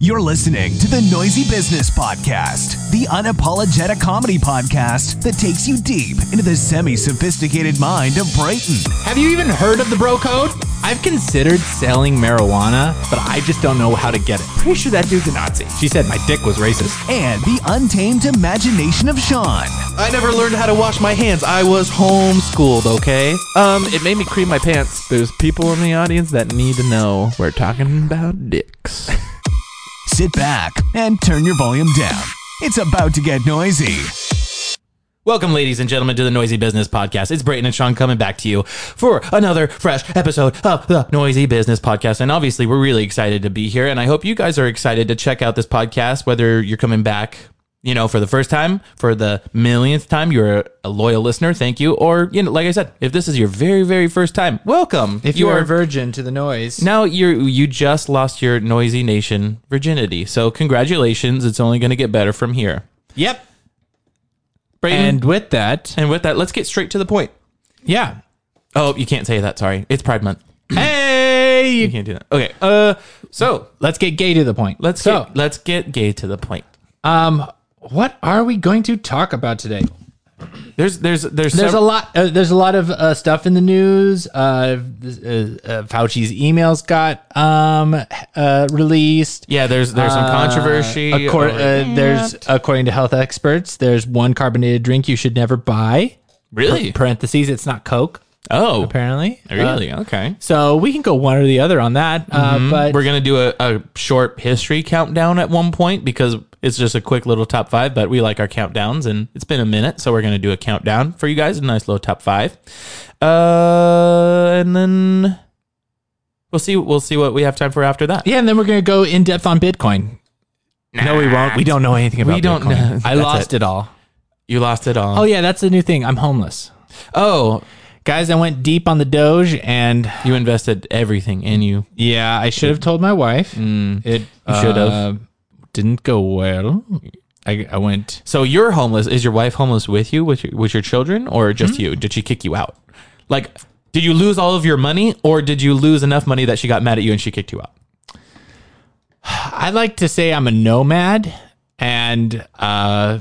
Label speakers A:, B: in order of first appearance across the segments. A: You're listening to the Noisy Business Podcast, the unapologetic comedy podcast that takes you deep into the semi sophisticated mind of Brighton.
B: Have you even heard of the bro code? I've considered selling marijuana, but I just don't know how to get it. Pretty sure that dude's a Nazi. She said my dick was racist.
A: And the untamed imagination of Sean.
C: I never learned how to wash my hands. I was homeschooled, okay? Um, it made me cream my pants. There's people in the audience that need to know we're talking about dicks.
A: Sit back and turn your volume down. It's about to get noisy.
B: Welcome, ladies and gentlemen, to the Noisy Business Podcast. It's Brayton and Sean coming back to you for another fresh episode of the Noisy Business Podcast. And obviously, we're really excited to be here. And I hope you guys are excited to check out this podcast, whether you're coming back. You know, for the first time, for the millionth time, you're a- a loyal listener. Thank you. Or, you know, like I said, if this is your very, very first time, welcome.
D: If you, are a virgin to the noise,
B: Now you you just lost your noisy nation virginity. So congratulations, it's only going to get better from here.
D: yep.
B: Brayden,
D: And
B: and
D: with that,
B: and with that, let's get straight to the point.
D: yeah,
B: Oh, you can't say that. Sorry, it's Pride Month.
D: hey,
B: You can't do that. Okay. Uh, so
D: let's get gay to the point.
B: let's
D: so,
B: get, let's get gay to the point.
D: um, what are we going to talk about today?
B: There's there's there's
D: There's
B: sev-
D: a lot. Uh, there's a lot of uh, stuff in the news. Uh, this- uh, uh, Fauci's emails got um uh, released.
B: yeah. There's there's some controversy.
D: Uh, accor-
B: over-
D: uh, there's according to health experts, there's one carbonated drink you should never buy.
B: really
D: Parentheses, it's not Coke.
B: oh
D: Apparently, Uh,
B: really okay.
D: So we can go one or the other on that. Uh, but
B: We're gonna do a, a short history countdown at one point because it's just a quick little top five, but we like our countdowns and it's been a minute, so we're gonna do a countdown for you guys, a nice little top five. Uh and then we'll see we'll see what we have time for after that.
D: Yeah, and then we're gonna go in depth on Bitcoin. No, we won't. We don't know anything about
B: We don't
D: Bitcoin.
B: know.
D: I
B: That's
D: lost it. all.
B: You lost it all.
D: Oh yeah, that's the new thing. I'm homeless.
B: oh
D: Guys, I went deep on the Doge and
B: you invested everything in you.
D: yeah, I should have told my wife. It
B: Mm. should have.
D: uh, didn't go well. I, I went
B: So you're homeless. Is your wife homeless with you, with your, with your children, or just
D: Mm-hmm.
B: you? Did she kick you out? Like, did you lose all of your money, or did you lose enough money that she got mad at you and she kicked you out?
D: I like to say I'm a nomad and uh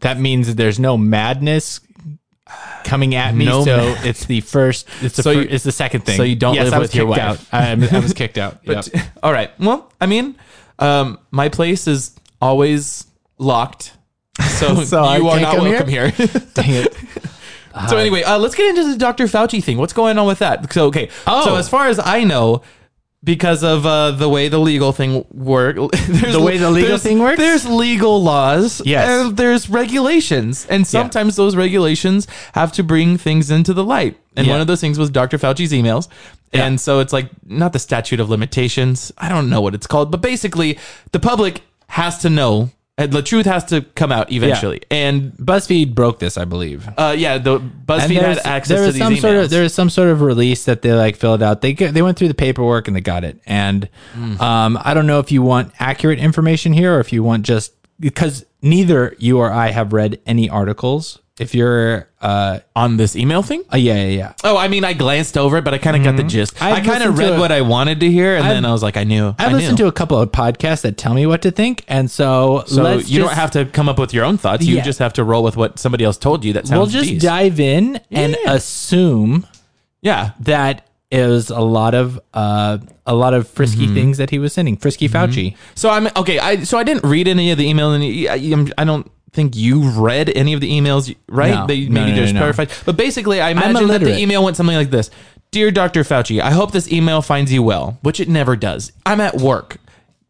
D: that means that there's no madness coming at me.
B: No
D: so
B: ma-
D: it's the first it's the
B: So
D: fir-
B: you-
D: it's the second thing.
B: so you don't
D: yes,
B: live
D: I was
B: with your
D: kicked
B: wife.
D: Out. I, I was kicked out.
B: But
D: Yep.
B: all right. Well, I mean, um, my place is always locked, so,
D: So I
B: you are
D: can't
B: not
D: come here?
B: welcome here.
D: Dang it.
B: so anyway, uh, let's get into the Dr. Fauci thing. What's going on with that? So okay.
D: Oh.
B: So as far as I know. Because of uh, the way the legal thing work, the
D: way the legal thing works?
B: there's legal laws,
D: Yes.
B: and there's regulations, and sometimes those regulations have to bring things into the light. And
D: Yeah.
B: one of those things was Dr. Fauci's emails, and so it's like not the statute of limitations. I don't know what it's called, but basically, the public has to know, and the truth has to come out eventually. And
D: BuzzFeed broke this, I believe.
B: uh, yeah, the BuzzFeed had access
D: there
B: to
D: was
B: these
D: some
B: emails.
D: sort of there was some sort of release that they like filled out. They g- they went through the paperwork and they got it. And
B: Hmm.
D: um, I don't know if you want accurate information here or if you want just because neither you or I have read any articles. If you're uh,
B: on this email thing. Mm-hmm.
D: uh yeah yeah yeah.
B: Oh, I mean, I glanced over it, but I kind of got the gist. i
D: I've
B: kind
D: listened
B: of
D: to
B: read
D: a-
B: what I wanted to hear, and then I was like, I knew.
D: I've
B: I
D: listened
B: knew.
D: to a couple of podcasts that tell me what to think, and so
B: So
D: let's
B: you don't
D: just-
B: have to come up with your own thoughts. You
D: Yeah.
B: just have to roll with what somebody else told you. That sounds
D: We'll just
B: decent.
D: dive in and assume
B: yeah.
D: that is a lot of uh, a lot of frisky
B: Mm-hmm.
D: things that he was sending. Frisky Fauci.
B: So I'm okay. I so I didn't read any of the email, and I, I'm- I don't think you read any of the emails, right?
D: No.
B: They
D: No,
B: maybe
D: no, no,
B: just
D: no.
B: clarified. But basically, I imagine that the
D: illiterate.
B: email went something like this: "Dear Dr. Fauci, I hope this email finds you well," which it never does. I'm at work.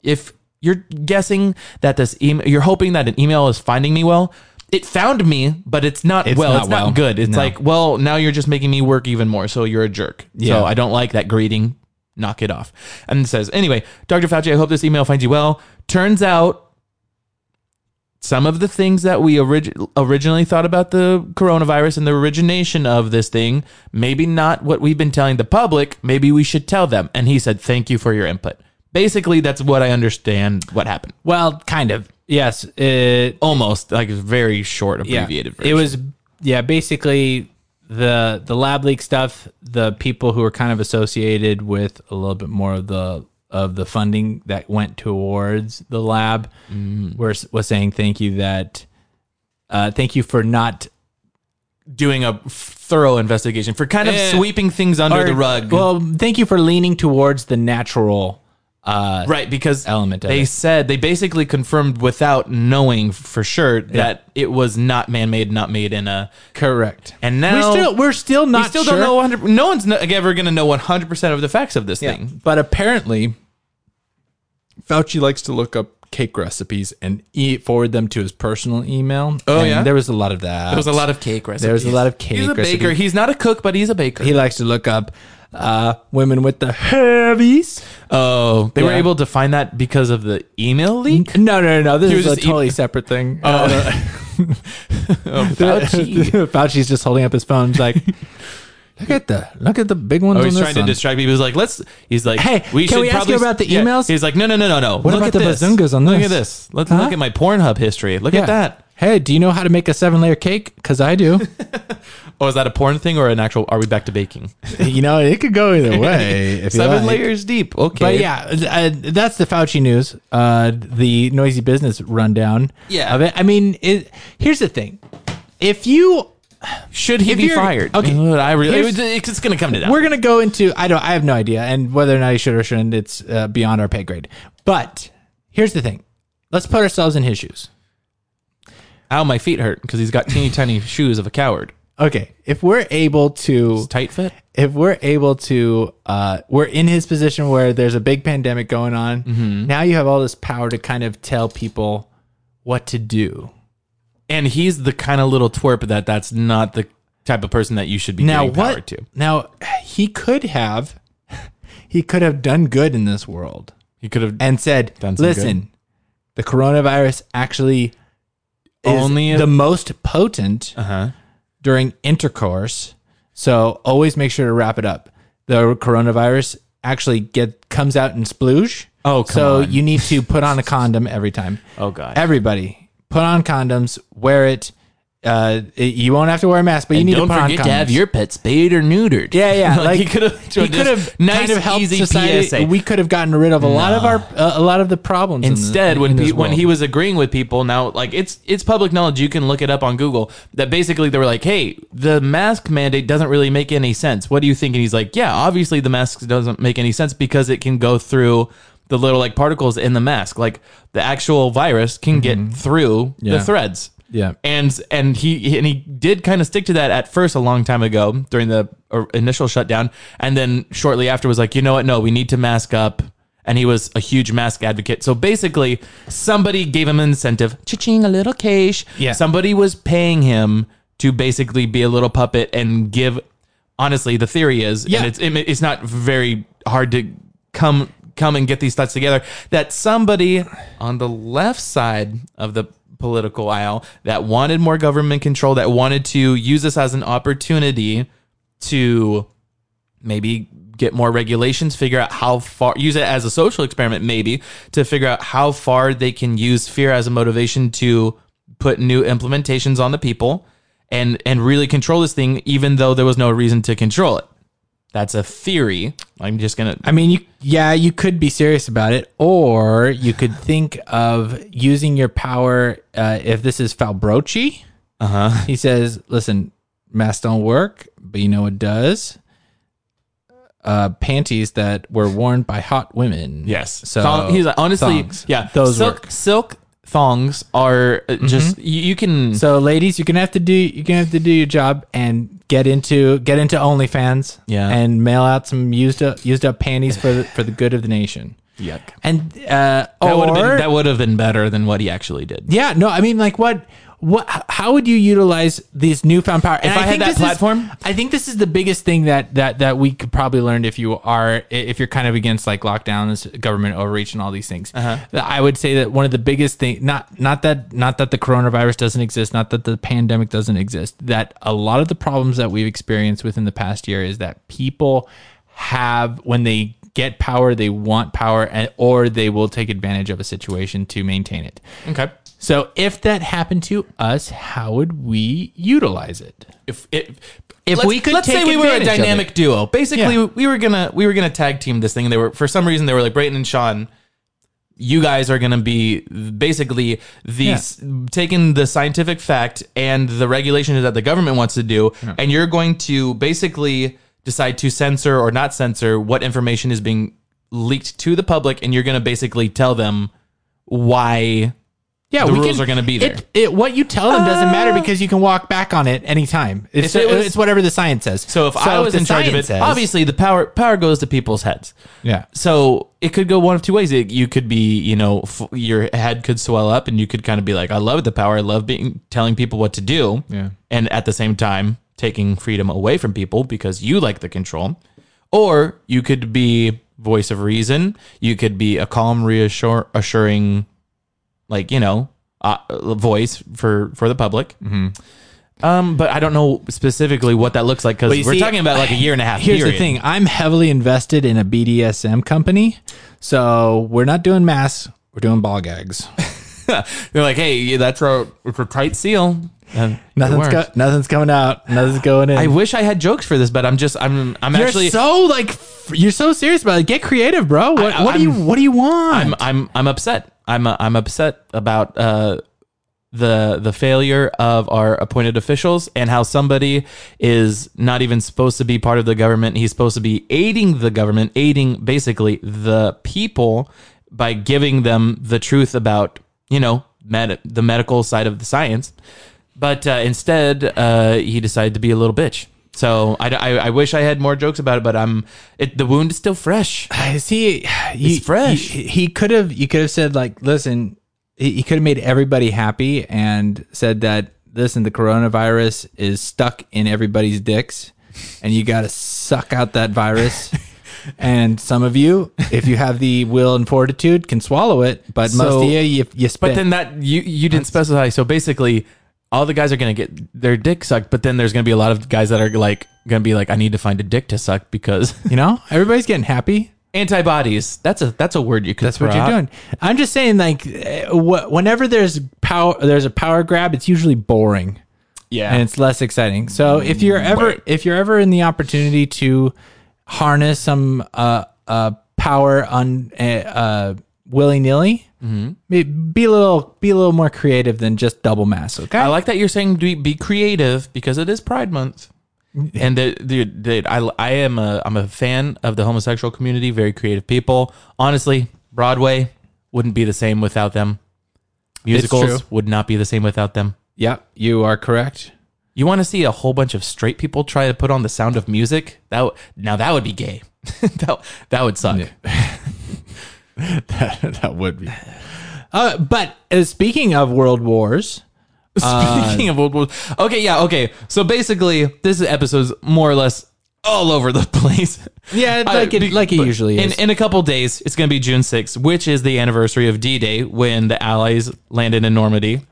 B: If you're guessing that this email, you're hoping that an email is finding me well. It found me, but it's not well.
D: not
B: it's not
D: well.
B: good. It's
D: No.
B: like, well, now you're just making me work even more. So you're a jerk.
D: Yeah.
B: So I don't like that greeting. Knock it off. And it says, anyway, Dr. Fauci, I hope this email finds you well. Turns out some of the things that we orig- originally thought about the coronavirus and the origination of this thing, maybe not what we've been telling the public. Maybe we should tell them. And he said, thank you for your input. Basically, that's what I understand what happened.
D: Well, kind of. Yes. It,
B: Almost like a very short,
D: yeah.
B: abbreviated version.
D: It was yeah, basically the the lab leak stuff, the people who are kind of associated with a little bit more of the of the funding that went towards the lab
B: Mm.
D: were s- was saying thank you that uh, thank you for not
B: doing a thorough investigation for kind of
D: Eh.
B: sweeping things under
D: or-
B: the rug.
D: Well, thank you for leaning towards the natural uh,
B: right, because
D: element of
B: they
D: it.
B: said they basically confirmed without knowing for sure that it was not man-made, not made in a.
D: Correct.
B: And
D: we
B: now
D: still we're still not
B: we still
D: sure,
B: don't know 100. No one's no- ever going to know 100 percent of the facts of this thing.
D: but apparently
C: Fauci likes to look up.
D: cake recipes and e- forward them to his personal email.
B: Oh,
D: And
B: yeah?
D: there was a lot of that.
B: There was a lot of cake recipes.
D: There was a lot of cake
B: He's a baker.
D: recipes.
B: He's not a cook, but he's a baker.
D: He likes to look up uh, women with the heavies.
B: oh, they were
D: Yeah.
B: able to find that because of the email leak.
D: No, no, no, no. This
B: He was
D: is a
B: just eat- Oh.
D: totally separate thing. Uh,
B: Fauci.
D: Fauci's just holding up his phone, he's like, look at the look at the big ones.
B: Oh,
D: on
B: he's
D: this
B: trying to
D: one.
B: distract people. He's like, let's. He's like,
D: Hey, can
B: should
D: we ask you about the
B: yeah.
D: emails?
B: He's like, no, no, no, no, no.
D: What about the
B: this.
D: bazungas on
B: Look
D: this?
B: at this. Let's
D: Huh?
B: look at my Pornhub history. Look
D: Yeah.
B: at that.
D: Hey, do you know how to make a seven layer cake? Because I do.
B: Oh, is that a porn thing or an actual? Are we back to baking?
D: you know, it could go either way. if you
B: Seven
D: like.
B: layers deep. Okay.
D: But yeah, uh, that's the Fauci news, uh, the noisy business rundown
B: Yeah.
D: of it. I mean, it, here's the thing. If you
B: Should he
D: If
B: be
D: you're-
B: fired?
D: okay.
B: Ugh, I really.
D: Here's-
B: it's it's gonna come to that.
D: We're gonna go into I don't I have no idea, and whether or not he should or shouldn't, it's uh, beyond our pay grade. But here's the thing: let's put ourselves in his shoes.
B: Ow, my feet hurt because he's got teeny tiny shoes of a coward.
D: Okay, if we're able to,
B: Tight fit.
D: if we're able to, uh, we're in his position where there's a big pandemic going on. Now you have all this power to kind of tell people what to do.
B: And he's the kind of little twerp that that's not the type of person that you should be
D: Now
B: giving power
D: what?
B: to.
D: Now he could have, he could have done good in this world.
B: He could have
D: and said,
B: Done some
D: "Listen, the coronavirus actually is
B: Only uh-huh. if-
D: the most potent during intercourse, so always make sure to wrap it up. The coronavirus actually get comes out in splooge.
B: Oh, come
D: so
B: on.
D: you need to put on a condom every time.
B: Oh, God.
D: everybody, put on condoms, wear it. Uh, it- you won't have to wear a mask, but you need
B: don't
D: to put
B: forget
D: on condoms.
B: to have your pet spayed or neutered.
D: Yeah, yeah. Like,
B: he could have.
D: he could have
B: nice,
D: kind of helped
B: easy
D: society.
B: PSA.
D: We could have gotten rid of a lot of our uh, a lot of the problems. in the-
B: Instead, when
D: in this
B: pe- when
D: world.
B: he was agreeing with people, now like it's it's public knowledge. You can look it up on Google. That basically they were like, "Hey, the mask mandate doesn't really make any sense. What do you think?" And he's like, "Yeah, obviously the mask doesn't make any sense because it can go through the little like particles in the mask. Like the actual virus can get through
D: Mm-hmm. Yeah.
B: the threads.
D: Yeah.
B: and and he and he did kind of stick to that at first a long time ago during the uh, initial shutdown, and then shortly after was like, you know what? No, we need to mask up. And he was a huge mask advocate. So basically, somebody gave him an incentive, cha-ching, a little cash.
D: Yeah.
B: Somebody was paying him to basically be a little puppet and give. Honestly, the theory is,
D: Yeah.
B: and it's it- it's not very hard to come come and get these thoughts together that somebody on the left side of the political aisle that wanted more government control that wanted to use this as an opportunity to maybe get more regulations, figure out how far, use it as a social experiment, maybe to figure out how far they can use fear as a motivation to put new implementations on the people and and really control this thing, even though there was no reason to control it. That's a theory. I'm just gonna.
D: I mean, you yeah, you could be serious about it, or you could think of using your power. Uh, if this is Falbroci, uh huh. He says, "Listen, masks don't work, but you know what does." Uh, panties that were worn by hot women.
B: Yes.
D: So
B: Thong- he's like, honestly,
D: thongs.
B: yeah.
D: those
B: silk,
D: work. Mm-hmm.
B: silk thongs are uh, just you, you can.
D: So, ladies, you're gonna have to do you're gonna have to do your job and get into get into OnlyFans.
B: Yeah.
D: and mail out some used up used up panties for the, for the good of the nation.
B: yuck.
D: And uh,
B: That would have
D: or-
B: been that would have been better than what he actually did.
D: Yeah, no, I mean, like, what, what, h- how would you utilize this newfound power? And
B: If I had
D: think
B: that
D: this is-
B: platform?
D: I think this is the biggest thing that that that we could probably learn if you are if you're kind of against like lockdowns, government overreach, and all these things.
B: Uh-huh.
D: I would say that one of the biggest thing not not that not that the coronavirus doesn't exist, not that the pandemic doesn't exist, that a lot of the problems that we've experienced within the past year is that people have when they get power, they want power, and, or they will take advantage of a situation to maintain it.
B: Okay.
D: So if that happened to us, how would we utilize it?
B: If it,
D: If
B: let's-
D: we could
B: let's say
D: take
B: we were a
D: advantage of
B: dynamic
D: it.
B: duo. Basically,
D: Yeah.
B: we were gonna we were gonna tag team this thing. They were for some reason they were like Brayton and Sean. You guys are gonna be basically the s- taking the scientific fact and the regulation that the government wants to do, and you're going to basically decide to censor or not censor what information is being leaked to the public, and you're gonna basically tell them why
D: Yeah,
B: The
D: we
B: rules
D: can-
B: are gonna be there.
D: It, it, what you tell them doesn't matter because you can walk back on it anytime. It's,
B: If it was-
D: it's whatever the science says.
B: So if I was
D: the
B: in charge of it,
D: science says-
B: obviously the power power goes to people's heads.
D: yeah,
B: So it could go one of two ways. It, you could be, you know, f- your head could swell up, and you could kind of be like, "I love the power. I love being telling people what to do."
D: Yeah.
B: And at the same time, taking freedom away from people because you like the control. Or you could be voice of reason. You could be a calm, reassure, assuring, like you know, uh, voice for for the public.
D: Mm-hmm.
B: Um, but I don't know specifically what that looks like because
D: Well, you
B: we're
D: see,
B: talking about like a year and a half.
D: Here's
B: period.
D: the thing: I'm heavily invested in a BDSM company, so we're not doing masks. We're doing ball gags.
B: They're like, hey, yeah, that's a it's a tight seal. And
D: Nothing's
B: it
D: go,
B: worked.
D: nothing's coming out. Nothing's going in.
B: I wish I had jokes for this, but I'm just I'm I'm
D: you're
B: actually
D: so like f- you're so serious about it. Get creative, bro. What,
B: I-
D: what do you
B: I'm-
D: What do you want?
B: I'm I'm I'm upset. I'm uh, I'm upset about uh the the failure of our appointed officials and how somebody is not even supposed to be part of the government. He's supposed to be aiding the government, aiding basically the people by giving them the truth about you know med- the medical side of the science. But uh, instead, uh, he decided to be a little bitch. So I, I, I wish I had more jokes about it, but I'm it, the wound is still fresh.
D: I see. He's
B: fresh.
D: He, he could have. You could have said like, listen. He, he could have made everybody happy and said that listen, the coronavirus is stuck in everybody's dicks, and you got to suck out that virus. and some of you, if you have the will and fortitude, can swallow it. But most
B: So-
D: of you, you, you spit.
B: But then that you you didn't specify. So basically, all the guys are gonna get their dick sucked. But then there's gonna be a lot of guys that are like gonna be like, I need to find a dick to suck because
D: you know everybody's getting happy.
B: antibodies. That's a that's a word you could.
D: That's what
B: throw
D: you're
B: out.
D: doing. I'm just saying, like, eh, wh- whenever there's power, there's a power grab. It's usually boring.
B: Yeah. Mm,
D: and it's less exciting. So if you're ever if you're ever in the opportunity to harness some uh uh power on uh, uh willy nilly,
B: Mm-hmm.
D: be, be a little be a little more creative than just double mass. Okay,
B: I like that you're saying be, be creative because it is Pride Month. And the, dude, dude, I I am a I'm a fan of the homosexual community. Very creative people. Honestly, Broadway wouldn't be the same without them.
D: true.
B: Musicals would not be the same without them.
D: yep, you are correct.
B: You want to see a whole bunch of straight people try to put on the sound of music? That w- now that would be gay. that that would suck.
D: that would be. Uh, but uh, speaking of world wars,
B: Speaking of World War, okay, yeah, okay. So basically, this episode's more or less all over the place.
D: Yeah,
B: I-
D: like it-
B: be-
D: like it
B: but
D: usually
B: in,
D: is.
B: In a couple days, it's going to be June 6th, which is the anniversary of D-Day when the Allies landed in Normandy.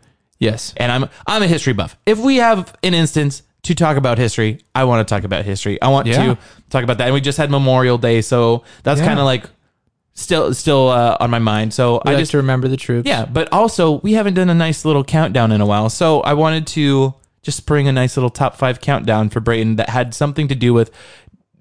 D: yes,
B: and I'm I'm a history buff. If we have an instance to talk about history, I want to talk about history. I want
D: Yeah.
B: to talk about that. And we just had Memorial Day, so that's
D: Yeah.
B: kind of like still still uh, on my mind. So
D: I
B: I
D: like
B: just
D: to remember the troops.
B: yeah, but also we haven't done a nice little countdown in a while, so I wanted to just spring a nice little top five countdown for Brayton that had something to do with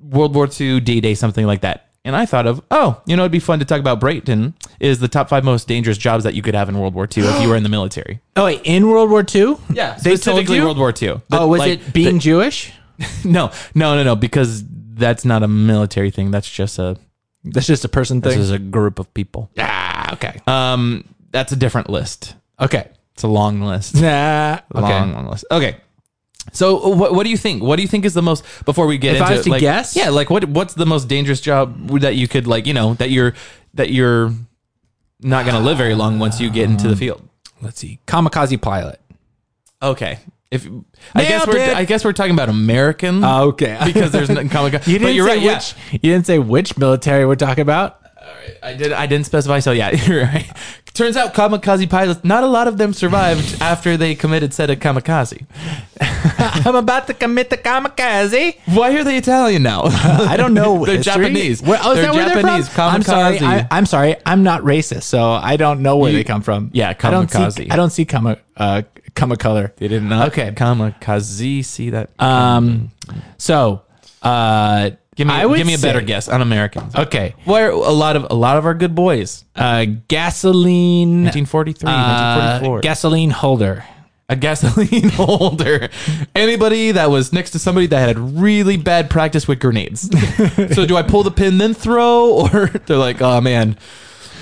B: World War II, D Day, something like that. And I thought of, oh, you know, it'd be fun to talk about Brayton is the top five most dangerous jobs that you could have in World War II if you were in the military.
D: Oh wait, in World War II.
B: Yeah,
D: They told
B: specifically
D: you?
B: World War II. The-
D: oh, was
B: like,
D: it being Jewish?
B: the- no, no, no, no, because that's not a military thing. That's just a
D: That's just a person
B: this
D: thing.
B: is a group of people.
D: ah, okay,
B: Um, that's a different list.
D: okay.
B: It's a long list.
D: Nah. Okay.
B: Long, long list. Okay. So uh, what, what do you think? What do you think is the most before we get
D: If I
B: into
D: was
B: it,
D: to
B: like,
D: guess?
B: Yeah, like what what's the most dangerous job that you could like, you know, that you're that you're not going to live very long once you get into the field.
D: Let's see. Kamikaze pilot.
B: Okay. If I guess
D: Nailed
B: we're
D: it.
B: I guess we're talking about American
D: Ah, Okay.
B: because there's no comic.
D: you didn't
B: but you're
D: say
B: right.
D: which you didn't say which military we're talking about.
B: Yeah, I did. I didn't specify. So yeah, you're right. Turns out kamikaze pilots, not a lot of them survived after they committed said a kamikaze.
D: I'm about to commit the kamikaze.
B: Why are they Italian now?
D: I don't know.
B: They're
D: history.
B: Japanese.
D: Where, oh, is
B: They're
D: that where
B: Japanese.
D: They're from? I'm sorry.
B: Kamikaze.
D: I, am sorry. I'm not racist, so I don't know where
B: You-
D: they come from.
B: Yeah,
D: I don't see.
B: kamikaze.
D: I don't see kama uh, kama color. They did
B: Not
D: Okay.
B: Kamikaze, see that?
D: Um. So, uh,
B: give me,
D: I would
B: give me a better
D: say-
B: guess on Americans.
D: Okay.
B: Where a lot of a lot of our good boys,
D: Uh, gasoline.
B: 1943,
D: Uh,
B: 1944,
D: gasoline holder.
B: a gasoline holder. Anybody that was next to somebody that had really bad practice with grenades. so do I pull the pin then throw, or they're like, oh man,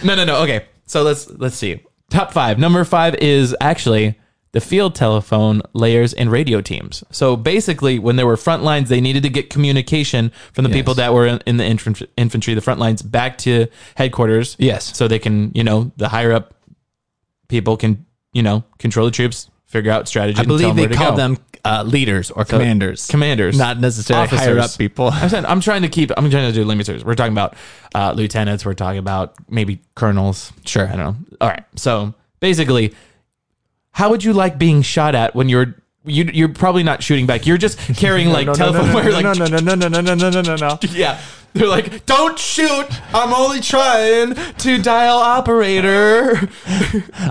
B: no, no, no. Okay, so let's let's see. Top five. Number five is actually the field telephone layers and radio teams. So basically, when there were front lines, they needed to get communication from the people that were in, in the infan- infantry, the front lines, back to headquarters.
D: Yes.
B: So they can, you know, the higher up people can, you know, control the troops, figure out strategy.
D: I
B: and tell
D: believe they
B: where to
D: call
B: go.
D: them uh, leaders or commanders.
B: commanders,
D: Not necessarily higher up people.
B: I'm, saying, I'm trying to keep. I'm trying to do limiters. We're talking about uh, lieutenants. We're talking about maybe colonels.
D: Sure.
B: I don't know. All right. So basically, how would you like being shot at when you're you, you're probably not shooting back. You're just carrying like telephone wire. Like
C: no, no, no, no, no, no, no, no, no.
B: yeah, they're like, don't shoot. I'm only trying to dial operator.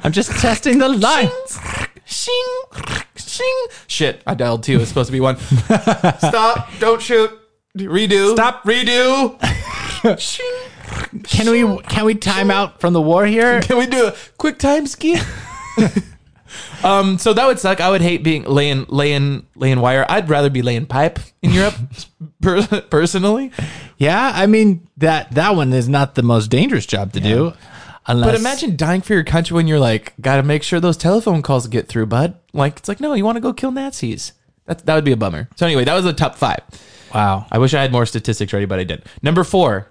D: I'm just testing the lines.
B: Shing, shing. Shit, I dialed two. It's supposed to be one. Stop. Don't shoot. Redo.
D: Stop.
B: Redo. shing.
D: Can we can we time out from the war here?
B: Can we do a quick time ski? um, so that would suck. I would hate being laying laying laying wire. I'd rather be laying pipe in Europe, per- personally.
D: Yeah, I mean that that one is not the most dangerous job to do. Unless
B: But imagine dying for your country when you're like, gotta make sure those telephone calls get through, bud. Like, it's like, no, you want to go kill Nazis. That that would be a bummer. So anyway, that was the top five.
D: wow.
B: I wish I had more statistics ready, but I didn't. Number four.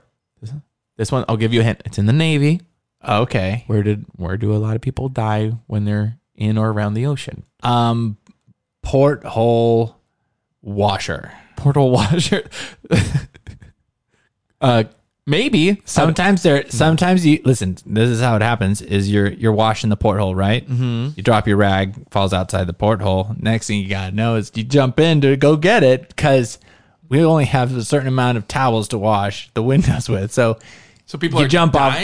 B: This one, I'll give you a hint. It's in the Navy.
D: Okay.
B: Where did where do a lot of people die when they're in or around the ocean?
D: Um porthole washer.
B: Portal washer. uh, maybe some.
D: Sometimes there sometimes you listen, this is how it happens is you're you're washing the porthole, right? Mm-hmm. You drop your rag, falls outside the porthole. Next thing you got to know is you jump in to go get it cuz we only have a certain amount of towels to wash the windows with. So
B: So people
D: you jump off-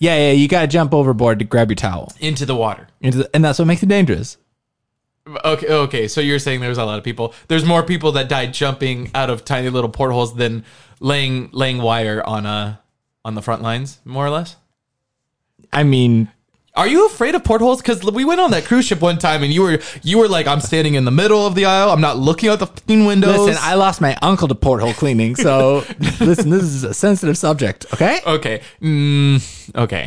D: Yeah, yeah, you got to jump overboard to grab your towel.
B: into the water.
D: Into the- and that's what makes it dangerous.
B: Okay, okay. So you're saying there's a lot of people. There's more people that died jumping out of tiny little portholes than laying laying wire on a on the front lines, more or less.
D: I mean,
B: Are you afraid of portholes? Because we went on that cruise ship one time, and you were you were like, "I'm standing in the middle of the aisle. I'm not looking out the fucking windows."
D: Listen, I lost my uncle to porthole cleaning, so listen, this is a sensitive subject, okay?
B: okay, mm, okay.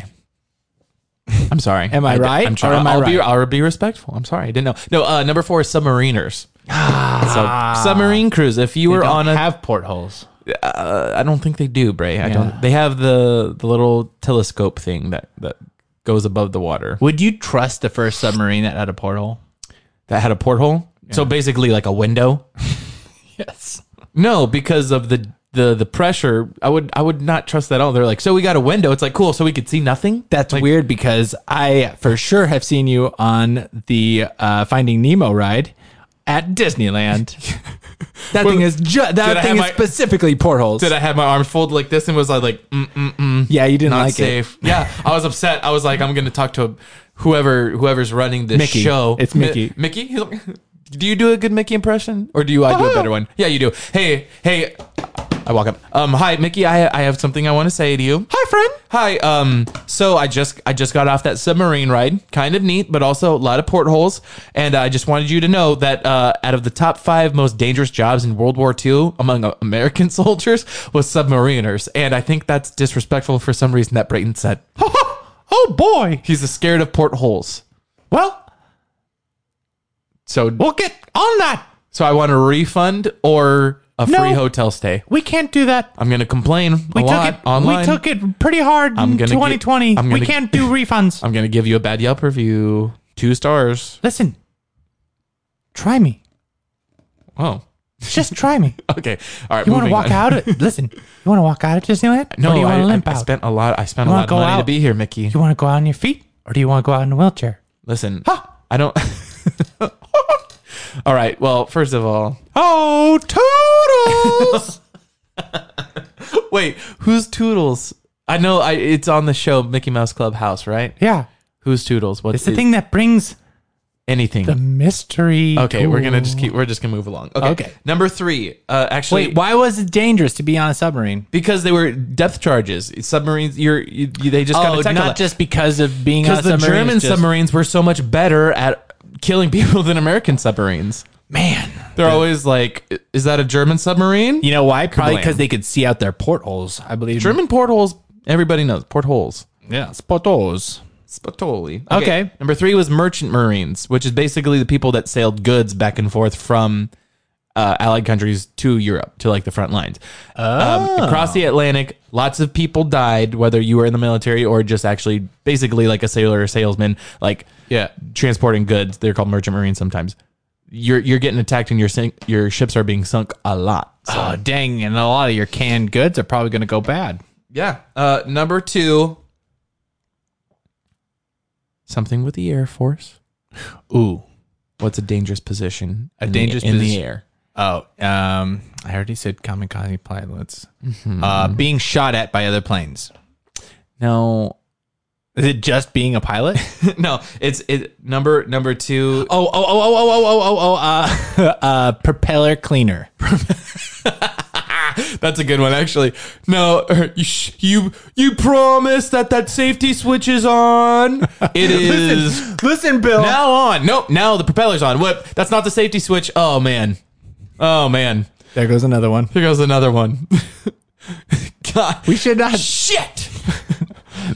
B: I'm sorry.
D: Am I
B: d-
D: right,
B: I'm
D: or
B: trying.
D: am I
B: I'll be
D: right?
B: I'll be respectful. I'm sorry. I didn't know. No. Uh, number four is submariners. so submarine cruise. If you were on a,
D: Ah. have portholes.
B: uh, I don't think they do, Bray. I don't. They have the the little telescope thing that that goes above the water
D: Would you trust the first submarine that had a porthole?
B: that had a porthole. So basically, like a window.
D: Yes.
B: No, because of the the the pressure. I would I would not trust that at all. They're like, so we got a window. It's like cool, so we could see nothing.
D: That's weird because I for sure have seen you on the uh, Finding Nemo ride at Disneyland. that thing is ju-
B: I
D: that
B: have
D: thing is
B: my-
D: specifically portholes.
B: Did I have my arms folded like this and was I like mm,
D: yeah, you didn't
B: not
D: like it.
B: safe? Yeah, I was upset. I was like, I'm gonna talk to whoever whoever's running this
D: Mickey.
B: show.
D: It's
B: Mi-
D: Mickey.
B: Mickey. He's like, do you do a good Mickey impression or do you? I do
D: Uh-huh.
B: a better one. Yeah, you do. Hey, hey. I walk up. Um, hi, Mickey. I I have something I want to say to you.
D: Hi, friend.
B: Hi. Um. So I just I just got off that submarine ride. Kind of neat, but also a lot of portholes. And I just wanted you to know that uh, out of the top five most dangerous jobs in World War II among uh, American soldiers was submariners. And I think that's disrespectful for some reason that Brayton said.
D: Oh boy.
B: He's scared of portholes.
D: Well,
B: So
D: we'll get on that.
B: so I want a refund or a
D: No.
B: free hotel stay.
D: We can't do that.
B: I'm gonna complain a
D: We took
B: lot
D: it.
B: online.
D: We took it pretty hard
B: I'm
D: in
B: gonna get-
D: 2020.
B: I'm
D: we
B: gonna-
D: can't do refunds.
B: I'm gonna give you a bad Yelp review. Two stars.
D: Listen, try me.
B: Oh.
D: Just try me.
B: Okay. All right.
D: You want to
B: moving
D: walk
B: on.
D: out? Of, listen, you want to walk out of Disneyland?
B: No,
D: or do you
B: I,
D: want to limp
B: I, I
D: out?
B: spent a lot. I spent
D: You
B: a lot
D: wanna
B: of
D: go
B: money to
D: out?
B: be here, Mickey.
D: you want to go out on your feet? or do you want to go out in a wheelchair?
B: Listen, I don't. all right. Well, first of all,
C: Oh, Toodles!
B: wait. Who's Toodles? I know. I it's on the show Mickey Mouse Clubhouse, right?
D: Yeah.
B: Who's Toodles? What's
D: It's the thing that brings
B: Anything.
D: the mystery.
B: okay, we're gonna just keep. We're just gonna move along. Okay.
D: Okay.
B: Number three. Uh, actually,
D: Wait, why was it dangerous to be on a submarine?
B: because they were depth charges. Submarines. You're. You, they just got
D: oh,
B: attacked. a lot.
D: not just because of being on a
B: because the
D: submarine.
B: German
D: it's just-
B: submarines were so much better at killing people than American submarines.
D: Man,
B: They're always like, "Is that a German submarine?"
D: you know why? Probably
B: Kablam.
D: because they could see out their portholes. I believe
B: German portholes. Everybody knows portholes.
D: Yeah, portholes.
B: Spatoli.
D: Okay.
B: Number three was merchant marines, which is basically the people that sailed goods back and forth from uh, allied countries to Europe to like the front lines. Um, across the Atlantic, lots of people died, whether you were in the military or just actually basically like a sailor or salesman, like
C: Yeah.
B: transporting goods. They're called merchant marines sometimes. You're you're getting attacked and your sink, your ships are being sunk a lot.
D: Oh, dang! And a lot of your canned goods are probably going to go bad.
B: Yeah. Uh, number two, something with the Air Force.
D: Ooh.
B: What's a dangerous position? A
D: dangerous
B: in
D: position-
B: the air.
D: Oh, um, I already said kamikaze pilots. Uh, being shot at by other planes.
B: No,
D: Is it just being a pilot?
B: no. It's it number number two.
D: oh, oh, oh, oh, oh, oh, oh, oh, oh, uh, uh, propeller cleaner.
B: That's a good one, actually. No, er, you sh- you you promise that that safety switch is on. It is
D: Listen, Bill.
B: now on. Nope, now the propeller's on. What? That's not the safety switch. Oh man, oh man.
D: There goes another one.
B: Here goes another one. God,
D: We should not
B: shit.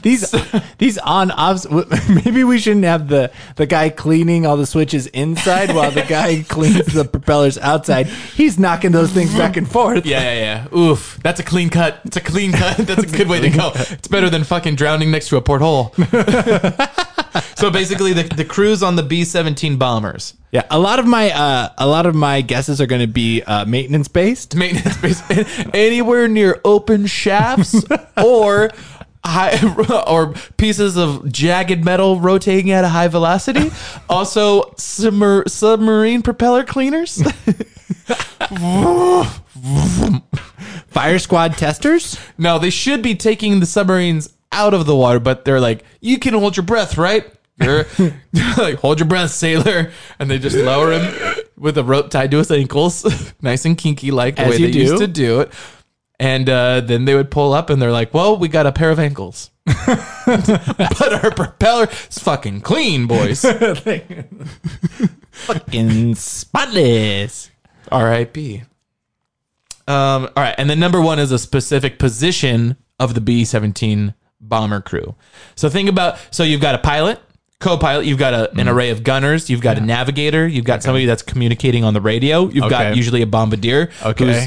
D: these these on offs. w- Maybe we shouldn't have the the guy cleaning all the switches inside while the guy cleans the propellers outside. He's knocking those things back and forth.
B: Yeah, yeah, yeah. Oof. That's a clean cut. It's a clean cut. That's a good way to go. It's better than fucking drowning next to a porthole. so basically, the, the crews on the B 17 bombers,
D: Yeah, a lot of my uh, a lot of my guesses are going to be uh, maintenance based.
B: maintenance base, anywhere near open shafts or. High, or pieces of jagged metal rotating at a high velocity. Also, submer, submarine propeller cleaners.
D: Fire squad testers.
B: No, they should be taking the submarines out of the water, but they're like, you can hold your breath, right? You're like, hold your breath, sailor. And they just lower him with a rope tied to his ankles, nice and kinky, like the
D: As
B: way
D: you
B: they
D: do.
B: used to do it. And uh, then they would pull up and they're like, well, we got a pair of ankles. but our propeller is fucking clean, boys.
D: Fucking spotless.
B: R.I.P. Um, all right, and then number one is a specific position of the B seventeen bomber crew. So think about so you've got a pilot, co-pilot, you've got a, an array of gunners, you've got a navigator, you've got somebody that's communicating on the radio, you've
D: Okay.
B: got usually a bombardier
D: Okay.
B: who's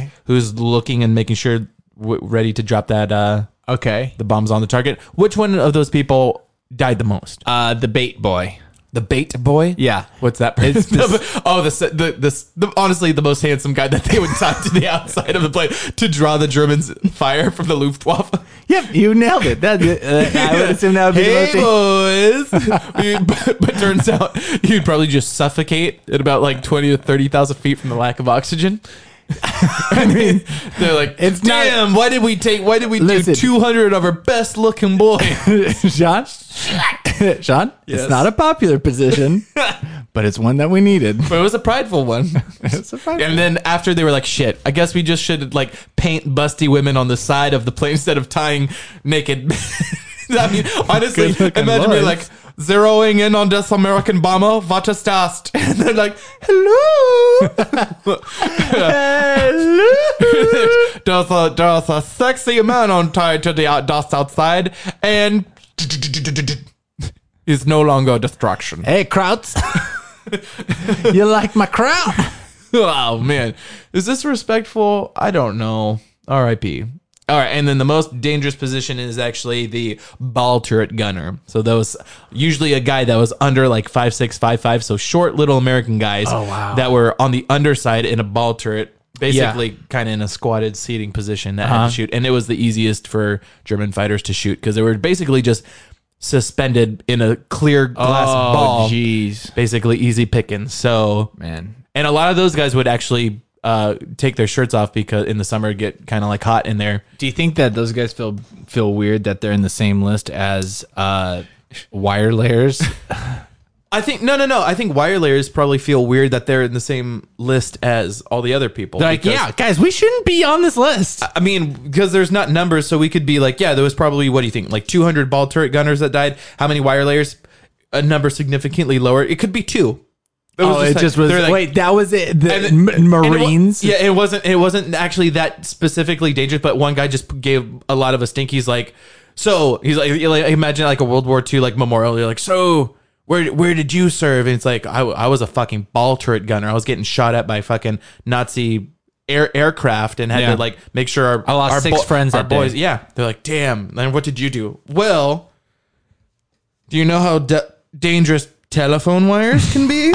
B: who's looking and making sure w- ready to drop that uh,
D: Okay.
B: the bombs on the target. Which one of those people died the most?
D: Uh, the bait boy.
B: The bait boy.
D: Yeah.
B: What's that?
D: It's
B: oh, the, the, the, the honestly the most handsome guy that they would tie to the outside of the plane to draw the Germans fire from the Luftwaffe.
D: Yep, you nailed it. That uh, I would assume that would be
B: hey
D: the most.
B: boys, but, but turns out you'd probably just suffocate at about like twenty to thirty thousand feet from the lack of oxygen. I mean, they're like,
D: It's not-
B: damn. why did we take? Why did we
D: Listen.
B: do two hundred of our best looking boys?
D: Sean, Sean,
B: Yes.
D: it's not a popular position, but it's one that we needed.
B: but it was a prideful one.
D: It's a fun-
B: And then after they were like, shit, I guess we just should like paint busty women on the side of the plane instead of tying naked. I mean, honestly,
D: Good looking
B: imagine me
D: boys.
B: like zeroing in on this American bomber, what is that? And they're like, hello. hello. there's, a, there's a sexy man on tied to the out- dust outside and is no longer a distraction.
D: Hey, Krauts, you like my kraut?
B: oh man, is this respectful? I don't know. R.I.P. All right, and then the most dangerous position is actually the ball turret gunner. So those usually a guy that was under like five six five five, so short little American guys
D: wow.
B: that were on the underside in a ball turret, basically kind of in a squatted seating position that had to shoot, and it was the easiest for German fighters to shoot because they were basically just suspended in a clear glass
C: Oh,
B: ball.
C: jeez,
B: Basically, easy pickings. So
C: man.
B: and a lot of those guys would actually uh, take their shirts off because in the summer it get kind of like hot in there.
D: Do you think that those guys feel feel weird that they're in the same list as uh, wire layers?
B: I think no, no, no. I think wire layers probably feel weird that they're in the same list as all the other people.
D: They're like,
B: because-
D: yeah, guys, we shouldn't be on this list.
B: I mean, because there's not numbers, so we could be like, yeah, there was probably what do you think, like 200 ball turret gunners that died. How many wire layers? A number significantly lower. It could be two. It was like- they're like-
D: wait, that Oh, was it. The
B: and it-
D: m-
B: and it wa-
D: Marines.
B: yeah, it wasn't. It wasn't actually that specifically dangerous, but one guy just gave a lot of us stinkies. Like, so he's like, you like- imagine like a World War II like memorial. You're like, so where where did you serve? And it's like, I, I was a fucking ball turret gunner. I was getting shot at by fucking Nazi. Air, aircraft and had
D: Yeah.
B: to like make sure our
D: I lost
B: our
D: six friends
B: our
D: that
B: boys
D: day.
B: yeah they're like damn then what did you do well do you know how da- dangerous telephone wires can be?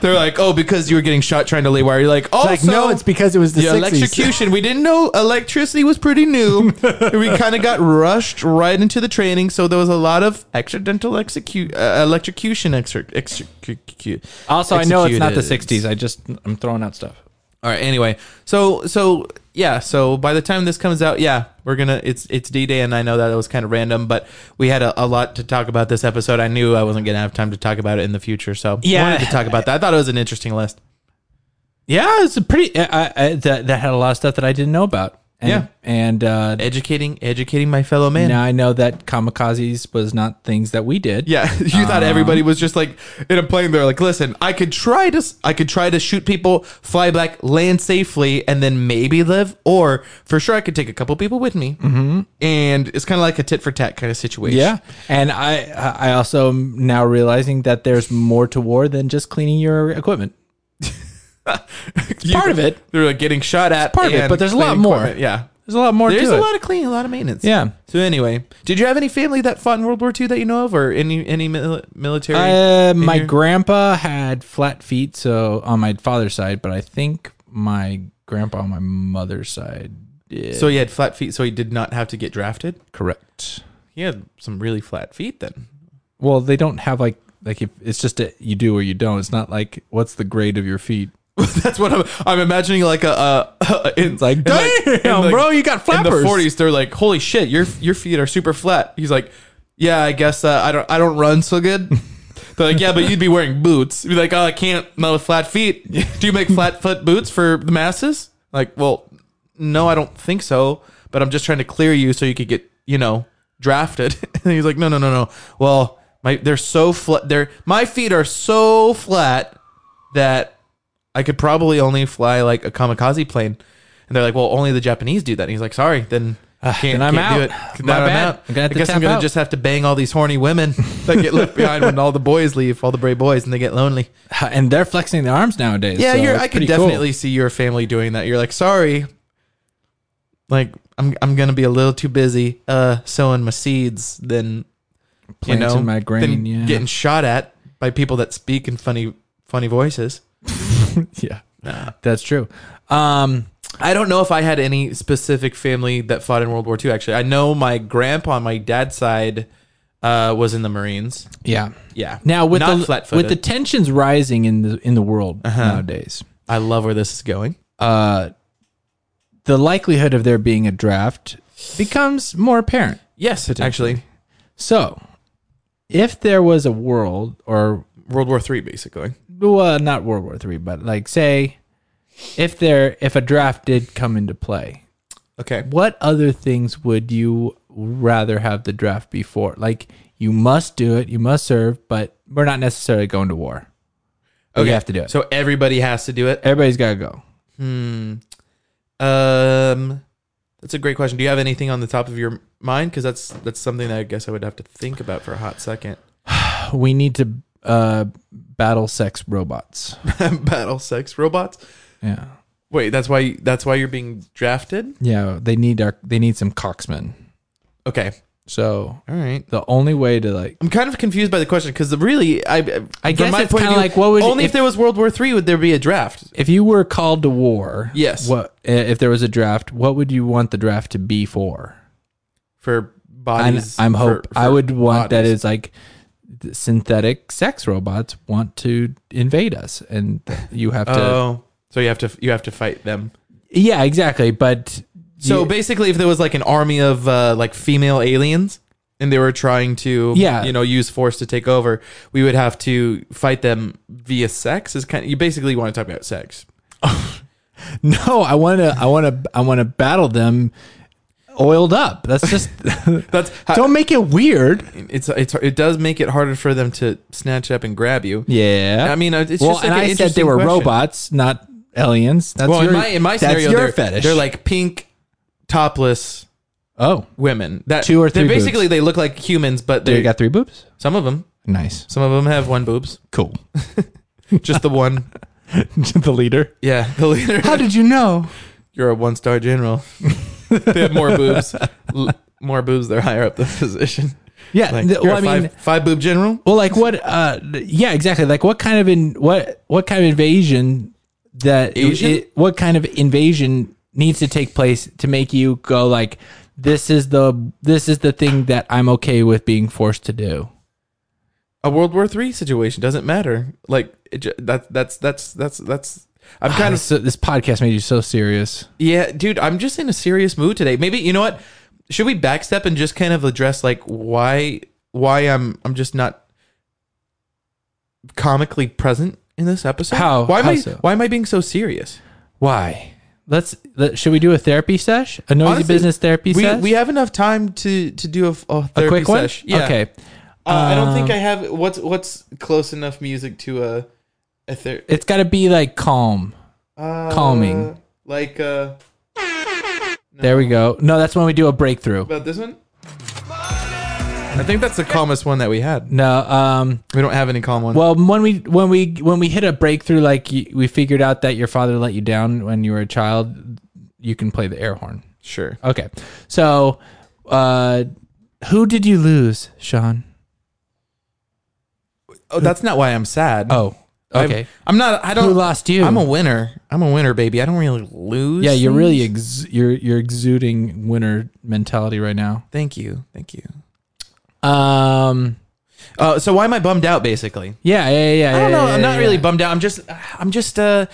B: They're like, oh, because you were getting shot trying to lay wire. You're like, oh,
D: like, no, it's because it was the
B: yeah,
D: 60s.
B: electrocution. We didn't know electricity was pretty new. we kind of got rushed right into the training, so there was a lot of accidental execute uh, electrocution exer- execute.
D: Also, I know it's not the
B: executed.
D: 60s. I just I'm throwing out stuff.
B: All right. Anyway, so so yeah. So by the time this comes out, yeah, we're gonna it's it's D Day, and I know that it was kind of random, but we had a, a lot to talk about this episode. I knew I wasn't gonna have time to talk about it in the future, so
D: Yeah.
B: wanted to talk about that. I thought it was an interesting list.
D: Yeah, it's a pretty I, I- I, that that had a lot of stuff that I didn't know about. And,
B: Yeah.
D: and uh,
B: Educating educating my fellow man.
D: now I know that kamikazes was not things that we did.
B: Yeah, you thought everybody was just like in a plane. They're like, listen, I could try to, s- I could try to shoot people, fly back, land safely, and then maybe live. Or for sure, I could take a couple people with me, mm-hmm. and it's kind of like a tit for tat kind of situation.
D: Yeah, and I I also am now realizing that there's more to war than just cleaning your equipment.
B: You-
D: part of it.
B: They're like getting shot at.
D: part of it,
B: and
D: but there's a lot
B: cleaning
D: more.
B: equipment. Yeah.
D: There's a lot more.
B: There's
D: to
B: a
D: it.
B: lot of cleaning, a lot of maintenance.
D: Yeah.
B: So anyway, did you have any family that fought in World War II that you know of, or any any mil- military?
D: Uh,
B: in
D: my
B: your-
D: grandpa had flat feet, so on my father's side, but I think my grandpa on my mother's side did.
B: so he had flat feet, so he did not have to get drafted.
D: correct.
B: He had some really flat feet then.
D: Well, they don't have like like if it's just a, you do or you don't. It's not like what's the grade of your feet.
B: That's what I'm, I'm imagining. Like a, a in,
D: It's like
B: in in
D: damn,
B: like-
D: bro, you got flappers.
B: In the 40s, they're like, "Holy shit, your your feet are super flat." He's like, "Yeah, I guess uh, I don't I don't run so good." They're like, "Yeah, but you'd be wearing boots." You're like, "Oh, I can't. Not with flat feet. Do you make flat foot boots for the masses?" Like, well, no, I don't think so. But I'm just trying to clear you so you could get you know drafted. and he's like, "No, no, no, no. Well, my they're so flat. They're my feet are so flat that." I could probably only fly like a kamikaze plane. And they're like, well, only the Japanese do that. And he's like, sorry, then can't,
D: Ah, then I'm
B: can't
D: out.
B: do it.
D: My
B: Then I'm
D: bad.
B: out.
D: I'm gonna have
B: I
D: to
B: guess I'm
D: tap
B: going
D: out.
B: to just have to bang all these horny women that get left behind when all the boys leave, all the brave boys, and they get lonely.
D: and they're flexing their arms nowadays.
B: Yeah,
D: so
B: you're,
D: it's
B: I could
D: pretty cool.
B: definitely see your family doing that. You're like, sorry, like I'm, I'm going to be a little too busy uh, sowing my seeds than, you
D: Planting
B: know,
D: my grain,
B: than
D: yeah.
B: getting shot at by people that speak in funny, funny voices.
D: yeah. That's true. Um,
B: I don't know if I had any specific family that fought in World War II. Actually, I know my grandpa on my dad's side uh, was in the Marines.
D: yeah.
B: Yeah.
D: Now with
B: Not
D: the
B: flat-footed. Uh-huh.
D: with the tensions rising in the in the world nowadays,
B: I love where this is going.
D: uh, the likelihood of there being a draft becomes more apparent.
B: Yes, actually,
D: So, if there was a world, or
B: World War III, basically.
D: well, not World War Three, but like say, if there if a draft did come into play,
B: Okay.
D: what other things would you rather have the draft before? Like you must do it, you must serve, but we're not necessarily going to war. Okay,
B: Okay.
D: you have to do it. So
B: So everybody has to do it.
D: everybody's got to go.
B: Um, that's a great question. Do you have anything on the top of your mind? Because that's that's something that I guess I would have to think about for a hot second.
D: we need to uh battle sex robots
B: Battle sex robots.
D: yeah
B: Wait, that's why that's why you're being drafted.
D: yeah they need our they need some coxmen
B: Okay.
D: so
B: All right.
D: the only way to like
B: I'm kind of confused by the question because really, I
D: I
B: from
D: guess
B: my
D: it's
B: point of
D: kinda
B: view,
D: like, what would-
B: only if,
D: if-
B: there was World War Three would there be a draft?
D: if you were called to war
B: Yes.
D: what eh, if there was a draft what would you want the draft to be for
B: For
D: I'm,
B: bodies.
D: I'm hope.
B: for- for
D: I would want that
B: bodies.
D: is like th- synthetic sex robots want to invade us, and th- you have to.
B: Oh, so you have to you have to fight them.
D: yeah, exactly. But
B: So
D: you-
B: basically, if there was like an army of uh, like female aliens and they were trying to,
D: Yeah.
B: you know, use force to take over, we would have to fight them via sex. Is kind you basically want to talk about sex?
D: no, I want to. I want to. I want to battle them. Oiled up. That's just.
B: That's how,
D: don't make it weird.
B: it's it's it does make it harder for them to snatch up and grab you.
D: Yeah.
B: I mean, uh, it's
D: well,
B: just like
D: and
B: an
D: I said they
B: interesting
D: were
B: question.
D: robots, not aliens. That's
B: Well,
D: your,
B: in my in my
D: that's
B: scenario,
D: your
B: they're,
D: fetish.
B: they're like pink, topless
D: oh,
B: women. That
D: Two or
B: they're
D: three boobs.
B: Basically, they look like humans, but
D: they
B: they
D: got three boobs.
B: some of them.
D: Nice,
B: Some of them have one boobs,
D: cool.
B: just the one.
D: the leader.
B: Yeah, the leader.
D: How did you know?
B: you're a one star general. they have more boobs. L- more boobs. They're higher up the position.
D: Yeah.
B: Like,
D: th-
B: you're
D: well, I
B: a
D: mean,
B: five, five boob general.
D: Well, like what? Uh, yeah, exactly. Like what kind of in what what kind of invasion that
B: Asian?
D: it- what kind of invasion needs to take place to make you go like this is the this is the thing that I'm okay with being forced to do.
B: A World War Three situation doesn't matter. Like it ju- that. That's that's that's that's. I'm kind
D: Kind
B: of
D: so, this podcast made you so serious.
B: yeah, dude. I'm just in a serious mood today. Maybe you know what? Should we backstep and just kind of address like why why I'm I'm just not comically present in this episode?
D: How-
B: Why am
D: how
B: I
D: so?
B: why am I being so serious?
D: Why? Let's let, should we do a therapy sesh? A noisy
B: Honestly,
D: business therapy
B: we,
D: sesh?
B: we have enough time to to do a, a therapy
D: a quick one.
B: sesh. Yeah.
D: Okay.
B: Uh, I don't think I have what's what's close enough music to a a ther-
D: It's got to be like calm.
B: uh,
D: calming.
B: Like uh
D: There we go. No, that's when we do a breakthrough.
B: about this one? I think that's the calmest one that we had.
D: No, um
B: We don't have any calm ones.
D: Well, when we when we when we hit a breakthrough, like y- we figured out that your father let you down when you were a child, you can play the air horn.
B: sure.
D: Okay, so uh, who did you lose, Sean?
B: Oh, that's not why I'm sad.
D: Oh,
B: I'm-
D: okay.
B: I'm, not I don't
D: who lost you?
B: I'm a winner. I'm a winner, baby. I don't really lose.
D: yeah. You're really ex- you're you're exuding winner mentality right now.
B: Thank you. Thank you.
D: Um.
B: Uh, so why am I bummed out basically?
D: Yeah. Yeah. Yeah. yeah
B: I don't know.
D: yeah,
B: I'm not
D: yeah,
B: really
D: yeah.
B: bummed out. I'm just, I'm just, uh,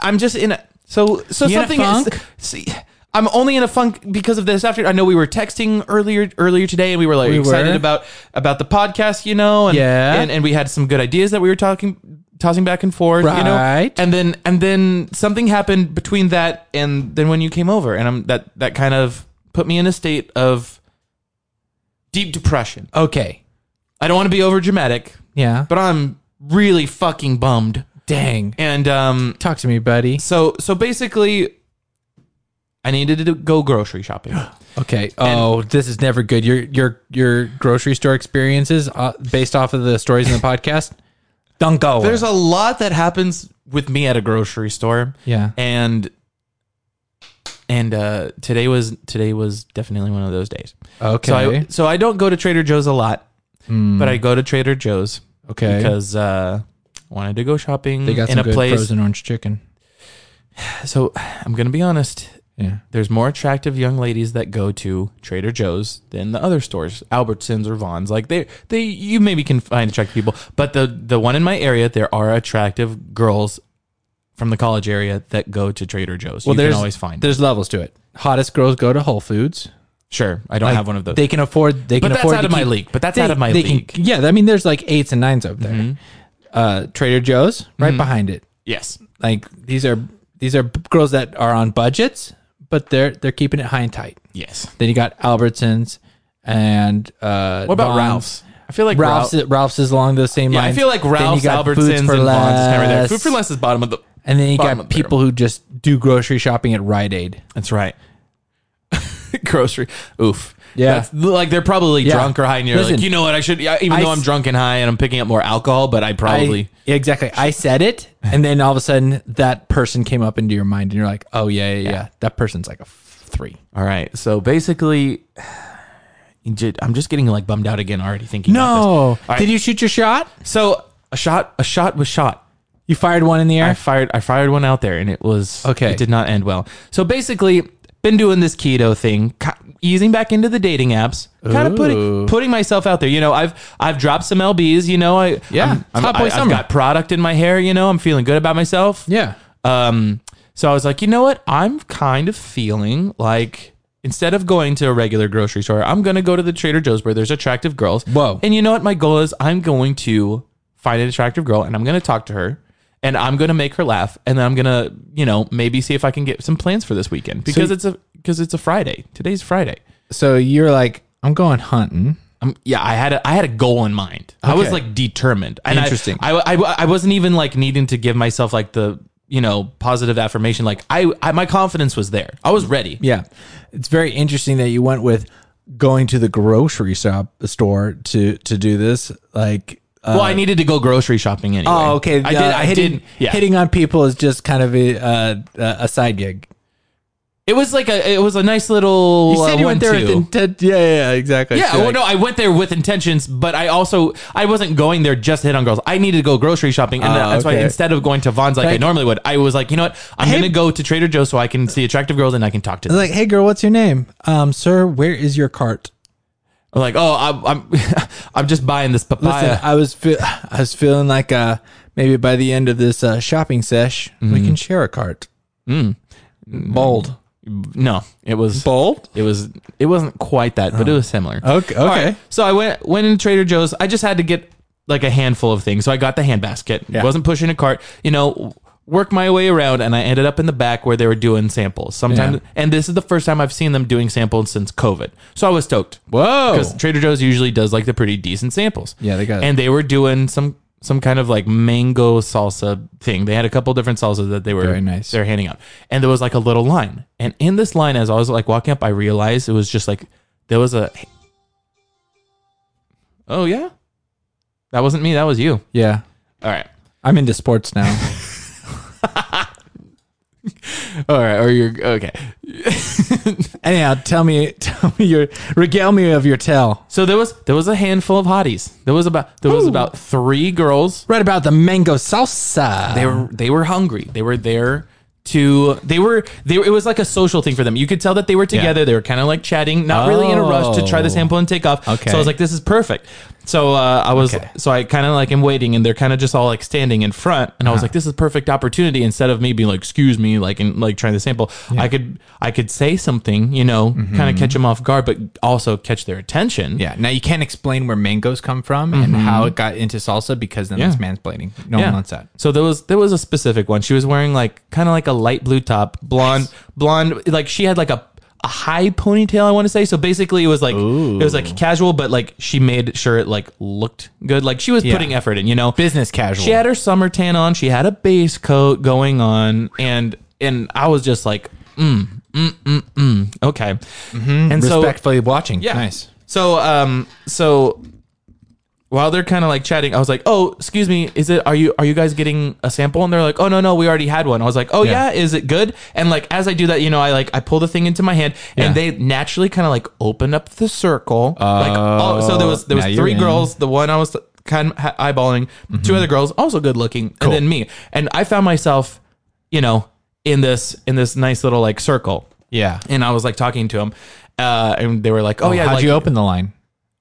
B: I'm just in a, so, so
D: You in a
B: something
D: funk?
B: is, see, I'm only in a funk because of this after. I know we were texting earlier, earlier today and we were like
D: We
B: excited
D: were.
B: about, about the podcast, you know, and,
D: Yeah.
B: and, and we had some good ideas that we were talking, tossing back and forth, you know,
D: Right.
B: and then, and then something happened between that and then when you came over and I'm that, that kind of put me in a state of deep depression.
D: Okay.
B: I don't want to be over dramatic,
D: Yeah.
B: but I'm really fucking bummed.
D: Dang.
B: And um,
D: Talk to me, buddy.
B: so so basically, I needed to go grocery shopping.
D: Okay. Oh, this is never good. Your your your grocery store experiences uh, based off of the stories in the podcast. Don't go.
B: There's a lot that happens with me at a grocery store.
D: Yeah.
B: and and uh, today was today was definitely one of those days.
D: okay. Hmm.
B: So I so I don't go to Trader Joe's a lot, but I go to Trader Joe's
D: okay.
B: because uh, I wanted to go shopping
D: they got
B: in
D: some
B: a
D: good
B: place.
D: frozen orange chicken.
B: So I'm gonna be honest.
D: Yeah.
B: there's more attractive young ladies that go to Trader Joe's than the other stores, Albertsons or Vaughn's. Like they, they, you maybe can find attractive people, but the the one in my area, there are attractive girls from the college area that go to Trader Joe's. you can always find.
D: There's levels to it. Hottest girls go to Whole Foods.
B: sure, I don't have one of those.
D: They can afford. They
B: But
D: can
B: that's
D: afford.
B: out
D: to
B: of my
D: keep-
B: league. But that's
D: they-
B: out of my
D: they can-
B: league. Mm-hmm.
D: yeah. I mean, there's like eights and nines up there. Uh, Trader Joe's right behind it.
B: yes,
D: Like these are these are b- girls that are on budgets, but they're they're keeping it high and tight.
B: yes.
D: Then you got Albertsons and uh,
B: What about
D: Vons.
B: Ralph's? I feel like
D: Ralph's
B: Ralph's.
D: is, Ralph's is along those same
B: Yeah, I
D: lines.
B: feel like
D: Then you
B: Ralph's,
D: got Boots
B: Albertsons, and
D: for
B: Vaughn's is kind of right there.
D: Less.
B: Food for Less is bottom of the.
D: And then you
B: bottom of
D: got
B: the barrel.
D: people who just do grocery shopping at Rite Aid.
B: That's right. Grocery. Oof.
D: Yeah.
B: That's, like they're probably
D: Yeah.
B: drunk or high, and you're
D: Listen,
B: like, you know what? I should, yeah, even
D: I
B: though I'm
D: s-
B: drunk and high and I'm picking up more alcohol, but I probably.
D: I, yeah, exactly. I said it, and then all of a sudden that person came up into your mind, and you're like, oh yeah, yeah, yeah. That person's like a f- three.
B: all right. So basically, you ju- I'm just getting like bummed out again already thinking. about
D: No,
B: this. All right.
D: did you shoot your shot?
B: So a shot, a shot was shot.
D: You fired one in the
B: I
D: air.
B: fired, I fired one out there, and it was
D: Okay.
B: It did not end well. So basically, been doing this keto thing, ki- easing back into the dating apps, kind of putting putting myself out there. You know, I've I've dropped some lbs. You know, I
D: Yeah,
B: I'm- I'm,
D: Hot Boy
B: I, have
D: Summer.
B: got product in my hair. You know, I'm feeling good about myself.
D: Yeah.
B: Um, so I was like, you know what? I'm kind of feeling like instead of going to a regular grocery store, I'm going to go to the Trader Joe's where there's attractive girls.
D: Whoa.
B: And you know what? My goal is I'm going to find an attractive girl and I'm going to talk to her and I'm going to make her laugh and then I'm going to, you know, maybe see if I can get some plans for this weekend because it's a because it's a Friday. Today's Friday.
D: So you're like, I'm going hunting.
B: Um, yeah, I had a, I had a goal in mind. I was like determined. And I-
D: Interesting.
B: I, I, I wasn't even like needing to give myself like the you know positive affirmation. Like I, I my confidence was there. I was ready.
D: Yeah. It's very interesting that you went with going to the grocery shop store to to do this. Like uh,
B: well, I needed to go grocery shopping anyway.
D: Oh, okay.
B: I did.
D: Uh,
B: I
D: hitting,
B: did. Yeah.
D: hitting on people is just kind of a uh, a side gig.
B: It was like a it was a nice little.
D: You said
B: uh,
D: you went there
B: one-two.
D: with intent. Yeah, yeah, exactly.
B: Yeah,
D: So,
B: well,
D: like,
B: no, I went there with intentions, but I also I wasn't going there just to hit on girls. I needed to go grocery shopping, and
D: Oh,
B: that's why
D: okay.
B: instead of going to Vons like I
D: Like-
B: normally would, I was like, you know what, I'm
D: Hey-
B: gonna go to Trader Joe's so I can see attractive girls and I can talk to
D: I
B: them.
D: was like, hey, girl, what's your name? Um, sir, where is your cart?
B: I'm like, oh, I'm I'm, I'm just buying this papaya.
D: Listen, I was fe- I was feeling like uh maybe by the end of this uh, shopping sesh we can share a cart. Mm. Bold,
B: no, it was
D: bold.
B: it was it wasn't quite that, but it was similar.
D: Oh. Okay,
B: All
D: okay.
B: So I went went into Trader Joe's. I just had to get like a handful of things. So I got the hand basket. Wasn't pushing a cart. You know, worked my way around, and I ended up in the back where they were doing samples. Sometimes, and this is the first time I've seen them doing samples since COVID. So I was stoked.
D: Whoa!
B: because Trader Joe's usually does like the pretty decent samples.
D: Yeah, they got-
B: And they were doing some some kind of like mango salsa thing. They had a couple different salsas that they were
D: Very nice.
B: They're handing out, and there was like a little line. And in this line, as I was like walking up, I realized it was just like there was a. Oh yeah, that wasn't me. That was you.
D: Yeah,
B: All right.
D: I'm into sports now.
B: All right, or you're okay.
D: Anyhow, tell me, tell me your regale me of your tale.
B: So there was there was a handful of hotties. There was about there was about three girls
D: Right about the mango salsa.
B: they were they were hungry. They were there to they were they were, it was like a social thing for them. You could tell that they were together. They were kind of like chatting, not really in a rush to try the
D: Oh.
B: sample and take off.
D: Okay.
B: So I was like, this is perfect. So uh, I was
D: Okay.
B: so I kind of like am waiting, and they're kind of just all like standing in front, and I
D: Uh-huh.
B: was like, this is perfect opportunity. Instead of me being like, excuse me, like and like trying to sample, I could I could say something, you know, kind
D: Mm-hmm.
B: of catch them off guard, but also catch their attention.
D: yeah. Now you can't explain where mangoes come from and how it got into salsa because then that's mansplaining. No one wants that.
B: So there was there was a specific one. She was wearing like kind of like a light blue top, blonde, blonde. Like she had like a a high ponytail. I want to say. So basically, it was like it was like casual, but like she made sure it like looked good. Like she was putting effort in. You know,
D: Business casual.
B: she had her summer tan on. She had a base coat going on, and and I was just like, mm, mm, mm, mm. okay.
D: Mm-hmm.
B: And so
D: Respectfully watching.
B: yeah.
D: Nice.
B: So um so while they're kind of like chatting, I was like, "Oh, excuse me, is it are you are you guys getting a sample?" And they're like, "Oh no, no, we already had one." I was like, "Oh yeah,
D: Yeah.
B: is it good?" And like as I do that, you know, I like I pull the thing into my hand, and
D: Yeah.
B: they naturally kind of like open up the circle. like all, so there was there was
D: Oh, now you're
B: three
D: in. Mm-hmm.
B: girls, the one I was kind of ha- eyeballing, two other girls also good looking, and then me, and I found myself, you know, in this in this nice little like circle,
D: Yeah.
B: and I was like talking to them. Uh, and they were like, "Oh, yeah,
D: how'd
B: like,
D: you open the line?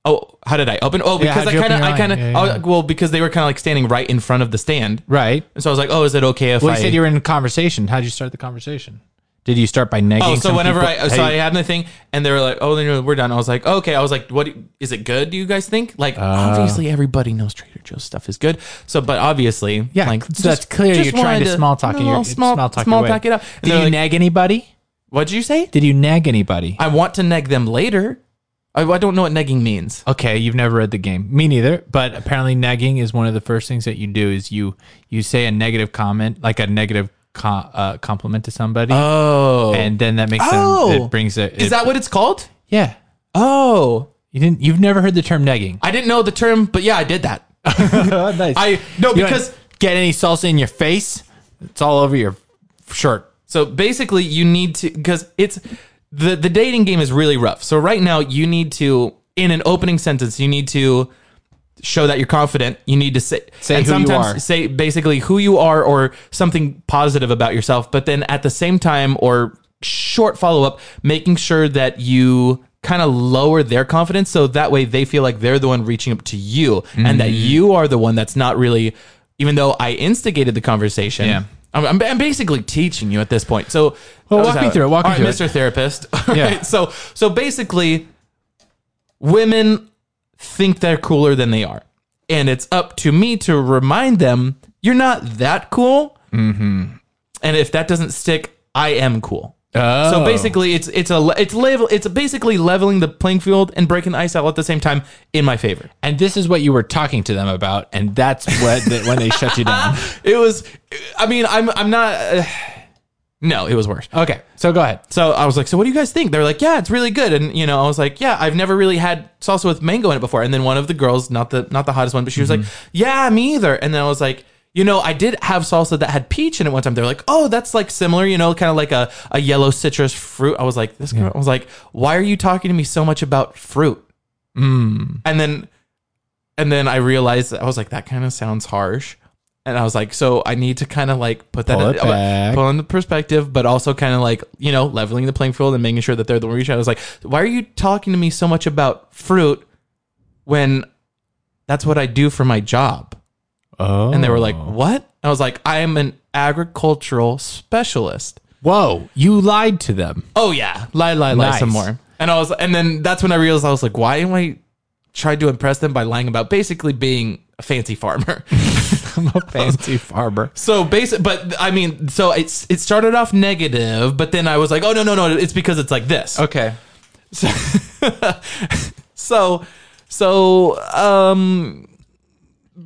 B: Oh, how did I open? Oh,
D: Yeah,
B: because
D: how'd you
B: I kind of,
D: open your
B: I kind of,
D: line? Yeah, yeah.
B: well, because they were kind of like standing right in front of the stand,
D: Right.
B: and so I was like, oh, is it okay if
D: Well,
B: I?
D: you said you were in a conversation. How'd you start the conversation? Did you start by negging?
B: oh, so
D: some
B: whenever
D: people?
B: I, so I had the thing, and they were like, oh, then we're done. I was like, okay. I was like, what is it good? Do you guys think?
D: Uh.
B: Like, obviously, everybody knows Trader Joe's stuff is good. So, but obviously,
D: yeah,
B: like,
D: so that's clear. You're trying to, small talk.
B: no,
D: your,
B: small, small talk, it up. And
D: Did
B: they're
D: you
B: like,
D: nag anybody?
B: what'd you say?
D: Did you nag anybody?
B: I want to neg them later. I, I don't know what negging means.
D: Okay, you've never read the game. Me neither. But apparently, nagging is one of the first things that you do. Is you you say a negative comment, like a negative co- uh, compliment to somebody,
B: Oh,
D: and then that makes them.
B: Oh.
D: It brings it.
B: is
D: it-
B: that what it's called?
D: Yeah.
B: Oh,
D: You didn't. You've never heard the term negging.
B: I didn't know the term, but yeah, I did that.
D: nice.
B: I no because
D: get any salsa in your face, it's all over your shirt.
B: so basically you need to because it's the the dating game is really rough. So right now you need to in an opening sentence you need to show that you're confident. You need to say
D: Say who you are.
B: say basically who you are or something positive about yourself. But then at the same time or short follow up, making sure that you kind of lower their confidence so that way they feel like they're the one reaching up to you and that
D: Mm-hmm.
B: you are the one that's not really, even though I instigated the conversation.
D: Yeah.
B: I'm, I'm- I'm basically teaching you at this point. So,
D: Well,
B: that
D: walk
B: was
D: me
B: how-
D: through it, walk me
B: All right,
D: through it.
B: Mr. Therapist. All
D: Yeah.
B: right, So, so basically, women think they're cooler than they are. And it's up to me to remind them you're not that cool. Mm-hmm. And if that doesn't stick, I am cool.
D: Oh.
B: So basically, it's it's a it's level it's basically leveling the playing field and breaking the ice out at the same time in my favor.
D: And this is what you were talking to them about, and that's what that when they shut you down.
B: It was, I mean, I'm I'm not. Uh, no, it was worse.
D: Okay, so go ahead.
B: So I was like, so what do you guys think? They're like, yeah, it's really good. And you know, I was like, yeah, I've never really had salsa with mango in it before. And then one of the girls, not the not the hottest one, but she was like, yeah, me either. And then I was like, you know, I did have salsa that had peach in it one time. They're like, oh, that's like similar, you know, kind of like a, a yellow citrus fruit. I was like, this girl, I was like, why are you talking to me so much about fruit? And then and then I realized that I was like, that kind of sounds harsh. And I was like, so I need to kind of like put that
D: Pull
B: in,
D: it back.
B: pull in the perspective, but also kind of like, you know, leveling the playing field and making sure that they're the one reach out. I was like, why are you talking to me so much about fruit when that's what I do for my job?
D: Oh,
B: And they were like, what? I was like, I am an agricultural specialist.
D: "Whoa, you lied to them."
B: Oh yeah, lie, lie, lie
D: Nice.
B: some more. And I was, and then that's when I realized I was like, why am I trying to impress them by lying about basically being a fancy farmer?
D: I'm a fancy farmer.
B: so basic, but I mean, so it's it started off negative, but then I was like, oh no, no, no, it's because it's like this.
D: Okay,
B: So, so um,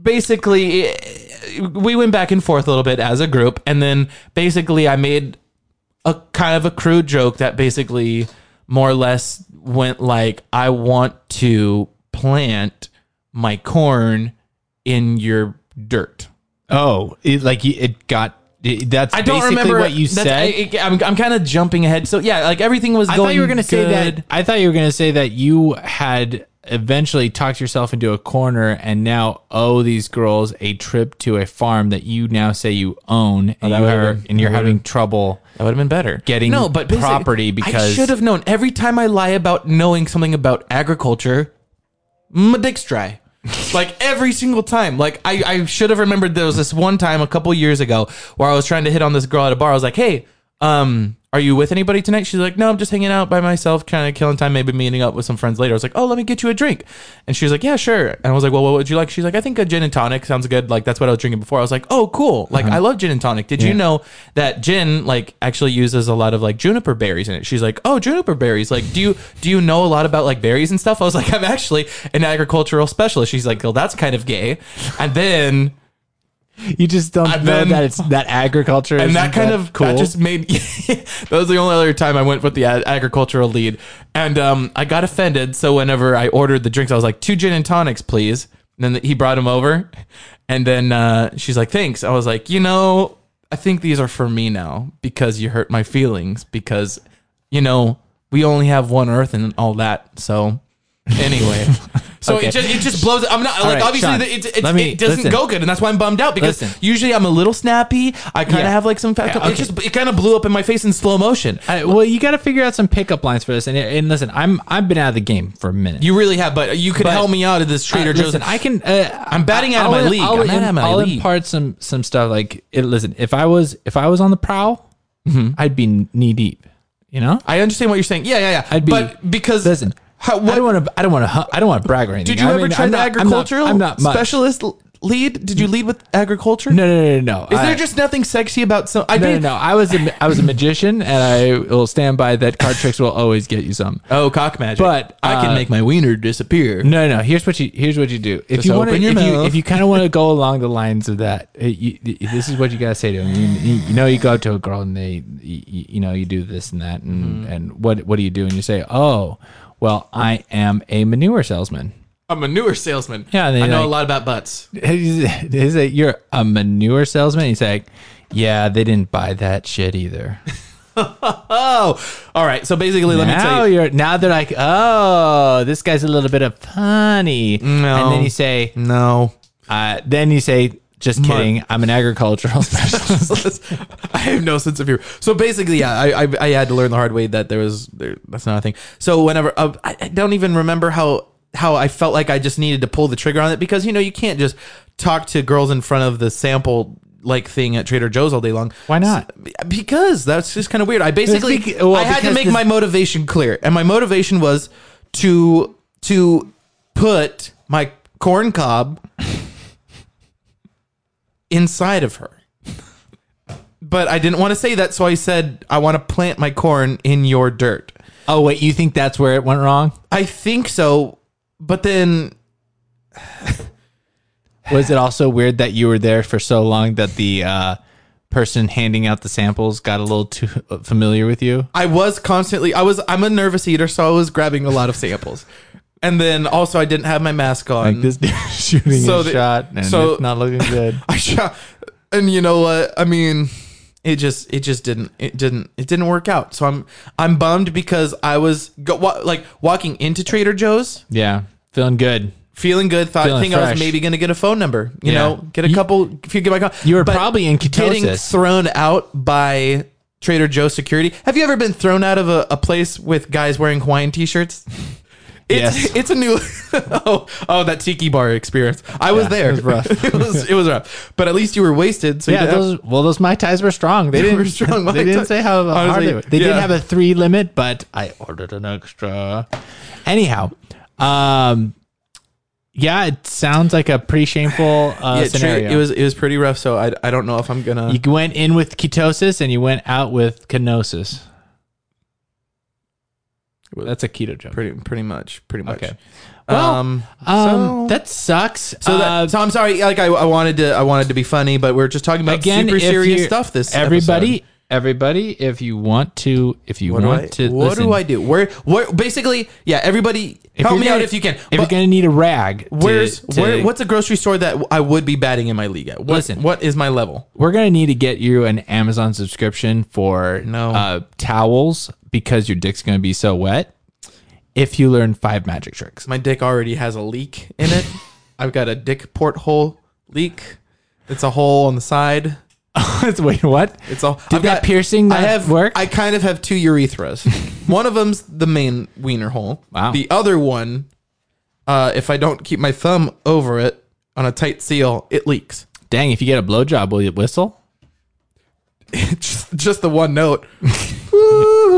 B: basically, eh, we went back and forth a little bit as a group, and then basically, I made a kind of a crude joke that basically more or less went like, "I want to plant my corn in your dirt."
D: Oh, it, like you- it got. It, that's
B: I don't
D: basically
B: remember
D: what you
B: that's-
D: said.
B: I, am I'm kind of jumping ahead. So yeah, like everything was.
D: I
B: going
D: thought you were going to say
B: good.
D: that. I thought you were going to say that you had eventually talked yourself into a corner and now owe these girls a trip to a farm that you now say you own and you
B: would've
D: are,
B: been-
D: and you're having trouble.
B: That would have been better.
D: Getting
B: basically,
D: property because-
B: I should have known. Every time I lie about knowing something about agriculture, my dick's dry. like every single time. Like I, I should have remembered there was this one time a couple years ago where I was trying to hit on this girl at a bar. I was like, hey, um, are you with anybody tonight? She's like, no, I'm just hanging out by myself, kind of killing time, maybe meeting up with some friends later. I was like, oh, let me get you a drink. And she was like, yeah, sure. And I was like, well, what would you like? She's like, I think a gin and tonic sounds good. Like, that's what I was drinking before. I was like, oh, cool. Like, I love gin and tonic. Did you know that gin, like, actually uses a lot of, like, juniper berries in it? She's like, oh, juniper berries. Like, do you, do you know a lot about, like, berries and stuff? I was like, I'm actually an agricultural specialist. She's like, well, that's kind of gay. And then
D: You just don't
B: And
D: know
B: then-
D: that it's that agriculture
B: and
D: isn't
B: that kind of
D: cool.
B: that just made that was the only other time I went with the ag- agricultural lead, and um, I got offended. So whenever I ordered the drinks, I was like two gin and tonics, please. And then he brought them over, and then uh, she's like, "Thanks." I was like, "You know, I think these are for me now because you hurt my feelings because you know we only have one Earth and all that." So anyway. So it, just, it just blows. I'm not like
D: right,
B: obviously
D: Sean,
B: the, it, it,
D: let me-
B: it doesn't
D: listen.
B: go good, and that's why I'm bummed out because
D: Listen.
B: usually I'm a little snappy. I kind of
D: Yeah.
B: have like some fat.
D: okay.
B: It just it kind of blew up in my face in slow motion.
D: I- well, you got to figure out some pickup lines for this. And, and listen, I'm I've been out of the game for a minute.
B: You really have, but you could
D: But-
B: help me out of this Trader
D: Uh,
B: Joe's.
D: Listen, I can. Uh,
B: I'm batting out of
D: I'll-
B: my league.
D: I'll,
B: I'm out of my
D: I'll
B: league.
D: impart some some stuff. Like, it, listen, if I was if I was on the prowl,
B: Mm-hmm.
D: I'd be knee deep. You know,
B: I understand what you're saying. Yeah, yeah, yeah.
D: I'd be-
B: but because
D: listen.
B: how,
D: I
B: what,
D: don't want to. I don't want to. I don't want to brag or anything.
B: did you
D: I
B: ever
D: mean,
B: try
D: I'm
B: the
D: not- I'm not-
B: agricultural
D: I'm not, much.
B: specialist l- lead? Did you lead with agriculture?
D: No, no, no, no. no.
B: Is
D: I,
B: there just nothing sexy about some? I
D: No, no,
B: mean,
D: no. I was a, I was a magician, and I will stand by that. Card tricks will always get you some.
B: Oh, cock magic.
D: But,
B: I can
D: uh,
B: make my wiener disappear.
D: No, no. Here's what you here's what you do. If
B: Just
D: you want to,
B: open
D: if
B: your
D: you
B: mouth.
D: if you kind of want to go along the lines of that, uh, you, you- this is what you gotta say to them. You, you- you know, you go up to a girl and they, you, you know, you do this and that, and
B: Mm-hmm.
D: and what what do you do? And you say, oh, well, I am a manure salesman.
B: I'm a newer salesman.
D: Yeah, and they
B: I know
D: like-
B: a lot about butts.
D: Is it you're a manure salesman? He's like, yeah, they didn't buy that shit either.
B: Oh, all right. So basically, let me
D: now
B: tell you.
D: are now they're like, oh, this guy's a little bit of funny.
B: No.
D: And then you say,
B: No.
D: Uh, then you say Just kidding. I'm an agricultural specialist.
B: I have no sense of humor. So basically, yeah, I, I I had to learn the hard way that there was there, that's not a thing. So whenever uh, I I don't even remember how how I felt like I just needed to pull the trigger on it because you know you can't just talk to girls in front of the sample like thing at Trader Joe's all day long.
D: Why not?
B: Because that's just kind of weird. I basically
D: It's bec- well,
B: I had to
D: because
B: make
D: this-
B: my motivation clear, and my motivation was to to put my corn cob inside of her. But I didn't want to say that, so I said I want to plant my corn in your dirt.
D: Oh wait, you think that's where it went wrong?
B: I think so, but then
D: Was it also weird that you were there for so long that the uh, person handing out the samples got a little too familiar with you?
B: I was constantly I was I'm a nervous eater, so I was grabbing a lot of samples. And then also I didn't have my mask on.
D: Like this dude is shooting
B: So
D: his
B: the-
D: shot and
B: so-
D: it's not looking good.
B: I shot, and you know what? I mean, it just it just didn't it didn't it didn't work out. So I'm I'm bummed because I was go, wa- like walking into Trader Joe's,
D: yeah, feeling good.
B: feeling good. Thought I
D: Feeling
B: think I
D: fresh.
B: was maybe gonna get a phone number. You
D: Yeah.
B: know, get a
D: You-
B: couple. If you get my call,
D: You were probably in
B: getting
D: ketosis.
B: thrown out by. Trader Joe's security. Have you ever been thrown out of a, a place with guys wearing Hawaiian t-shirts? It's,
D: Yes.
B: it's a new oh oh that tiki bar experience. I was there. It was rough. it was it was rough. But at least you were wasted. So you
D: yeah,
B: didn't have-
D: those, well, those Mai Tais were strong. They,
B: They
D: didn't.
B: were strong Mai
D: they didn't
B: Tais.
D: say how hard
B: Honestly,
D: they were. They did
B: yeah.
D: have a three limit, but I ordered an extra. Anyhow, um, yeah, it sounds like a pretty shameful uh,
B: Yeah, tra-
D: scenario.
B: it was uh, it was pretty rough. So I, I don't know if I'm gonna.
D: you went in with ketosis and you went out with kenosis. That's a keto joke.
B: pretty pretty much pretty much.
D: Okay. Well,
B: um,
D: Um,
B: so,
D: that sucks.
B: so, that-
D: Uh,
B: so I'm sorry. Like I, I wanted to I wanted to be funny, but we're just talking about
D: again,
B: super
D: if
B: serious
D: you-
B: stuff. This
D: everybody,
B: episode.
D: everybody, if you want to, if you
B: What do
D: want
B: I
D: to,
B: what
D: listen,
B: do I do? Where where basically yeah. Everybody
D: If
B: help
D: you're
B: me out
D: gonna-
B: if you can.
D: If you're
B: But
D: gonna need a rag, to-
B: where's
D: to-
B: where? What's a grocery store that I would be batting in my league at? What,
D: Listen.
B: what is my level?
D: we're gonna need to get you an Amazon subscription for
B: No.
D: uh, towels because your dick's gonna be so wet. If you learn five magic tricks,
B: My dick already has a leak in it. I've got a dick porthole leak. It's a hole on the side.
D: wait, what?
B: It's all.
D: Did that piercing
B: I
D: not
B: have
D: work?
B: I kind of have two urethras. one of them's the main wiener hole.
D: Wow.
B: The other one, uh, if I don't keep my thumb over it on a tight seal, it leaks.
D: Dang, if you get a blowjob, will you whistle?
B: just, just the one note. Woo,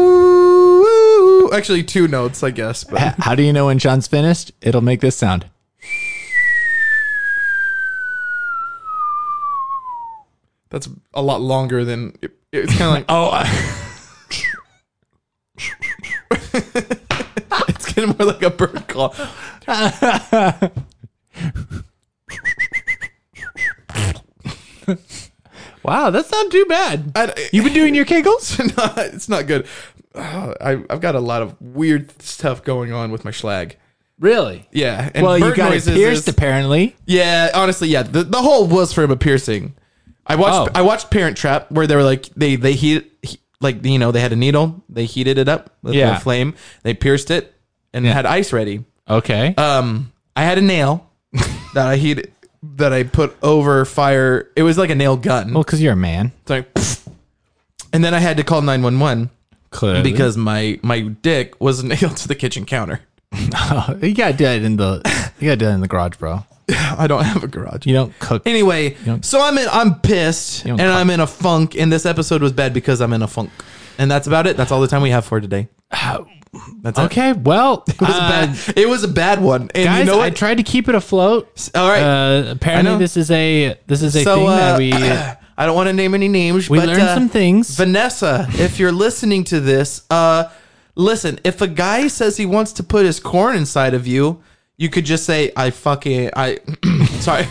B: Actually, two notes, I guess. But
D: H- How do you know when Sean's finished? It'll make this sound.
B: that's a lot longer than it, it's kind of like. Oh. it's getting more like a bird call.
D: Wow, that's not too bad.
B: I-
D: You've been doing your kegels?
B: it's not, it's not good. Ah, I, I've got a lot of weird stuff going on with my schlag.
D: Really?
B: Yeah. And
D: Well, you
B: bird
D: got it
B: noises is-
D: pierced apparently.
B: yeah. Honestly, yeah. The, the whole was from a piercing. I watched
D: Oh.
B: I watched Parent Trap where they were like they they heat he- like you know they had a needle they heated it up with
D: Yeah.
B: a flame they pierced it and had ice ready.
D: Okay.
B: Um, I had a nail that I heated that I put over fire. It was like a nail gun.
D: well, because you're a man,
B: It's like, and then I had to call nine one one
D: clearly.
B: because my my dick was nailed to the kitchen counter.
D: Uh, you gotta do it in the you gotta do it in the garage, bro.
B: I don't have a garage.
D: You don't cook.
B: Anyway, so I'm in, I'm pissed
D: don't
B: and I'm in a funk, and this episode was bad because I'm in a funk, and that's about it. That's all the time we have for today. That's it.
D: Okay, well,
B: It was,
D: uh,
B: a bad, it was a bad one, and
D: guys,
B: you know
D: I
B: what?
D: tried to keep it afloat.
B: all right,
D: Uh, apparently,
B: know.
D: this is a this is a
B: so
D: thing
B: uh,
D: that we
B: I don't want to name any names.
D: we
B: but,
D: learned
B: uh,
D: some things.
B: Vanessa, if you're listening to this, uh, listen. If a guy says he wants to put his corn inside of you, you could just say, "I fucking I, sorry,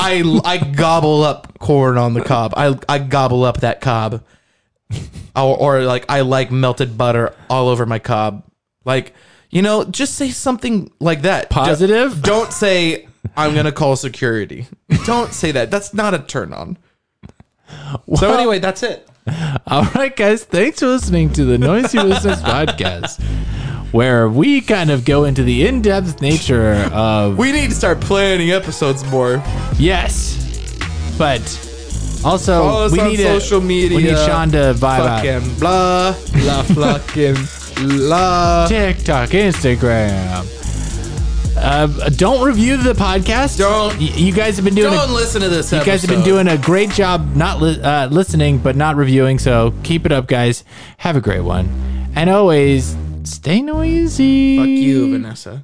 B: I I gobble up corn on the cob. I I gobble up that cob, or, or like I like melted butter all over my cob. Like you know, just say something like that.
D: Positive?
B: Don't, don't say I'm gonna call security. Don't say that. That's not a turn on. so anyway, that's it.
D: All right, guys, thanks for listening to the Noisy Business podcast, where we kind of go into the in-depth nature of Oh,
B: We need to start planning episodes more.
D: yes, But also,
B: Follow us
D: we
B: on
D: need a-
B: social media.
D: We need Sean to vibe out.
B: Fucking blah blah fucking blah.
D: TikTok, Instagram. Uh, don't review the podcast.
B: Don't.
D: Y- you guys have been doing.
B: Don't
D: a,
B: listen to this.
D: you guys have been doing a great job not li- uh, listening, but not reviewing. So keep it up, guys. Have a great one, and always stay noisy.
B: Fuck you, Vanessa.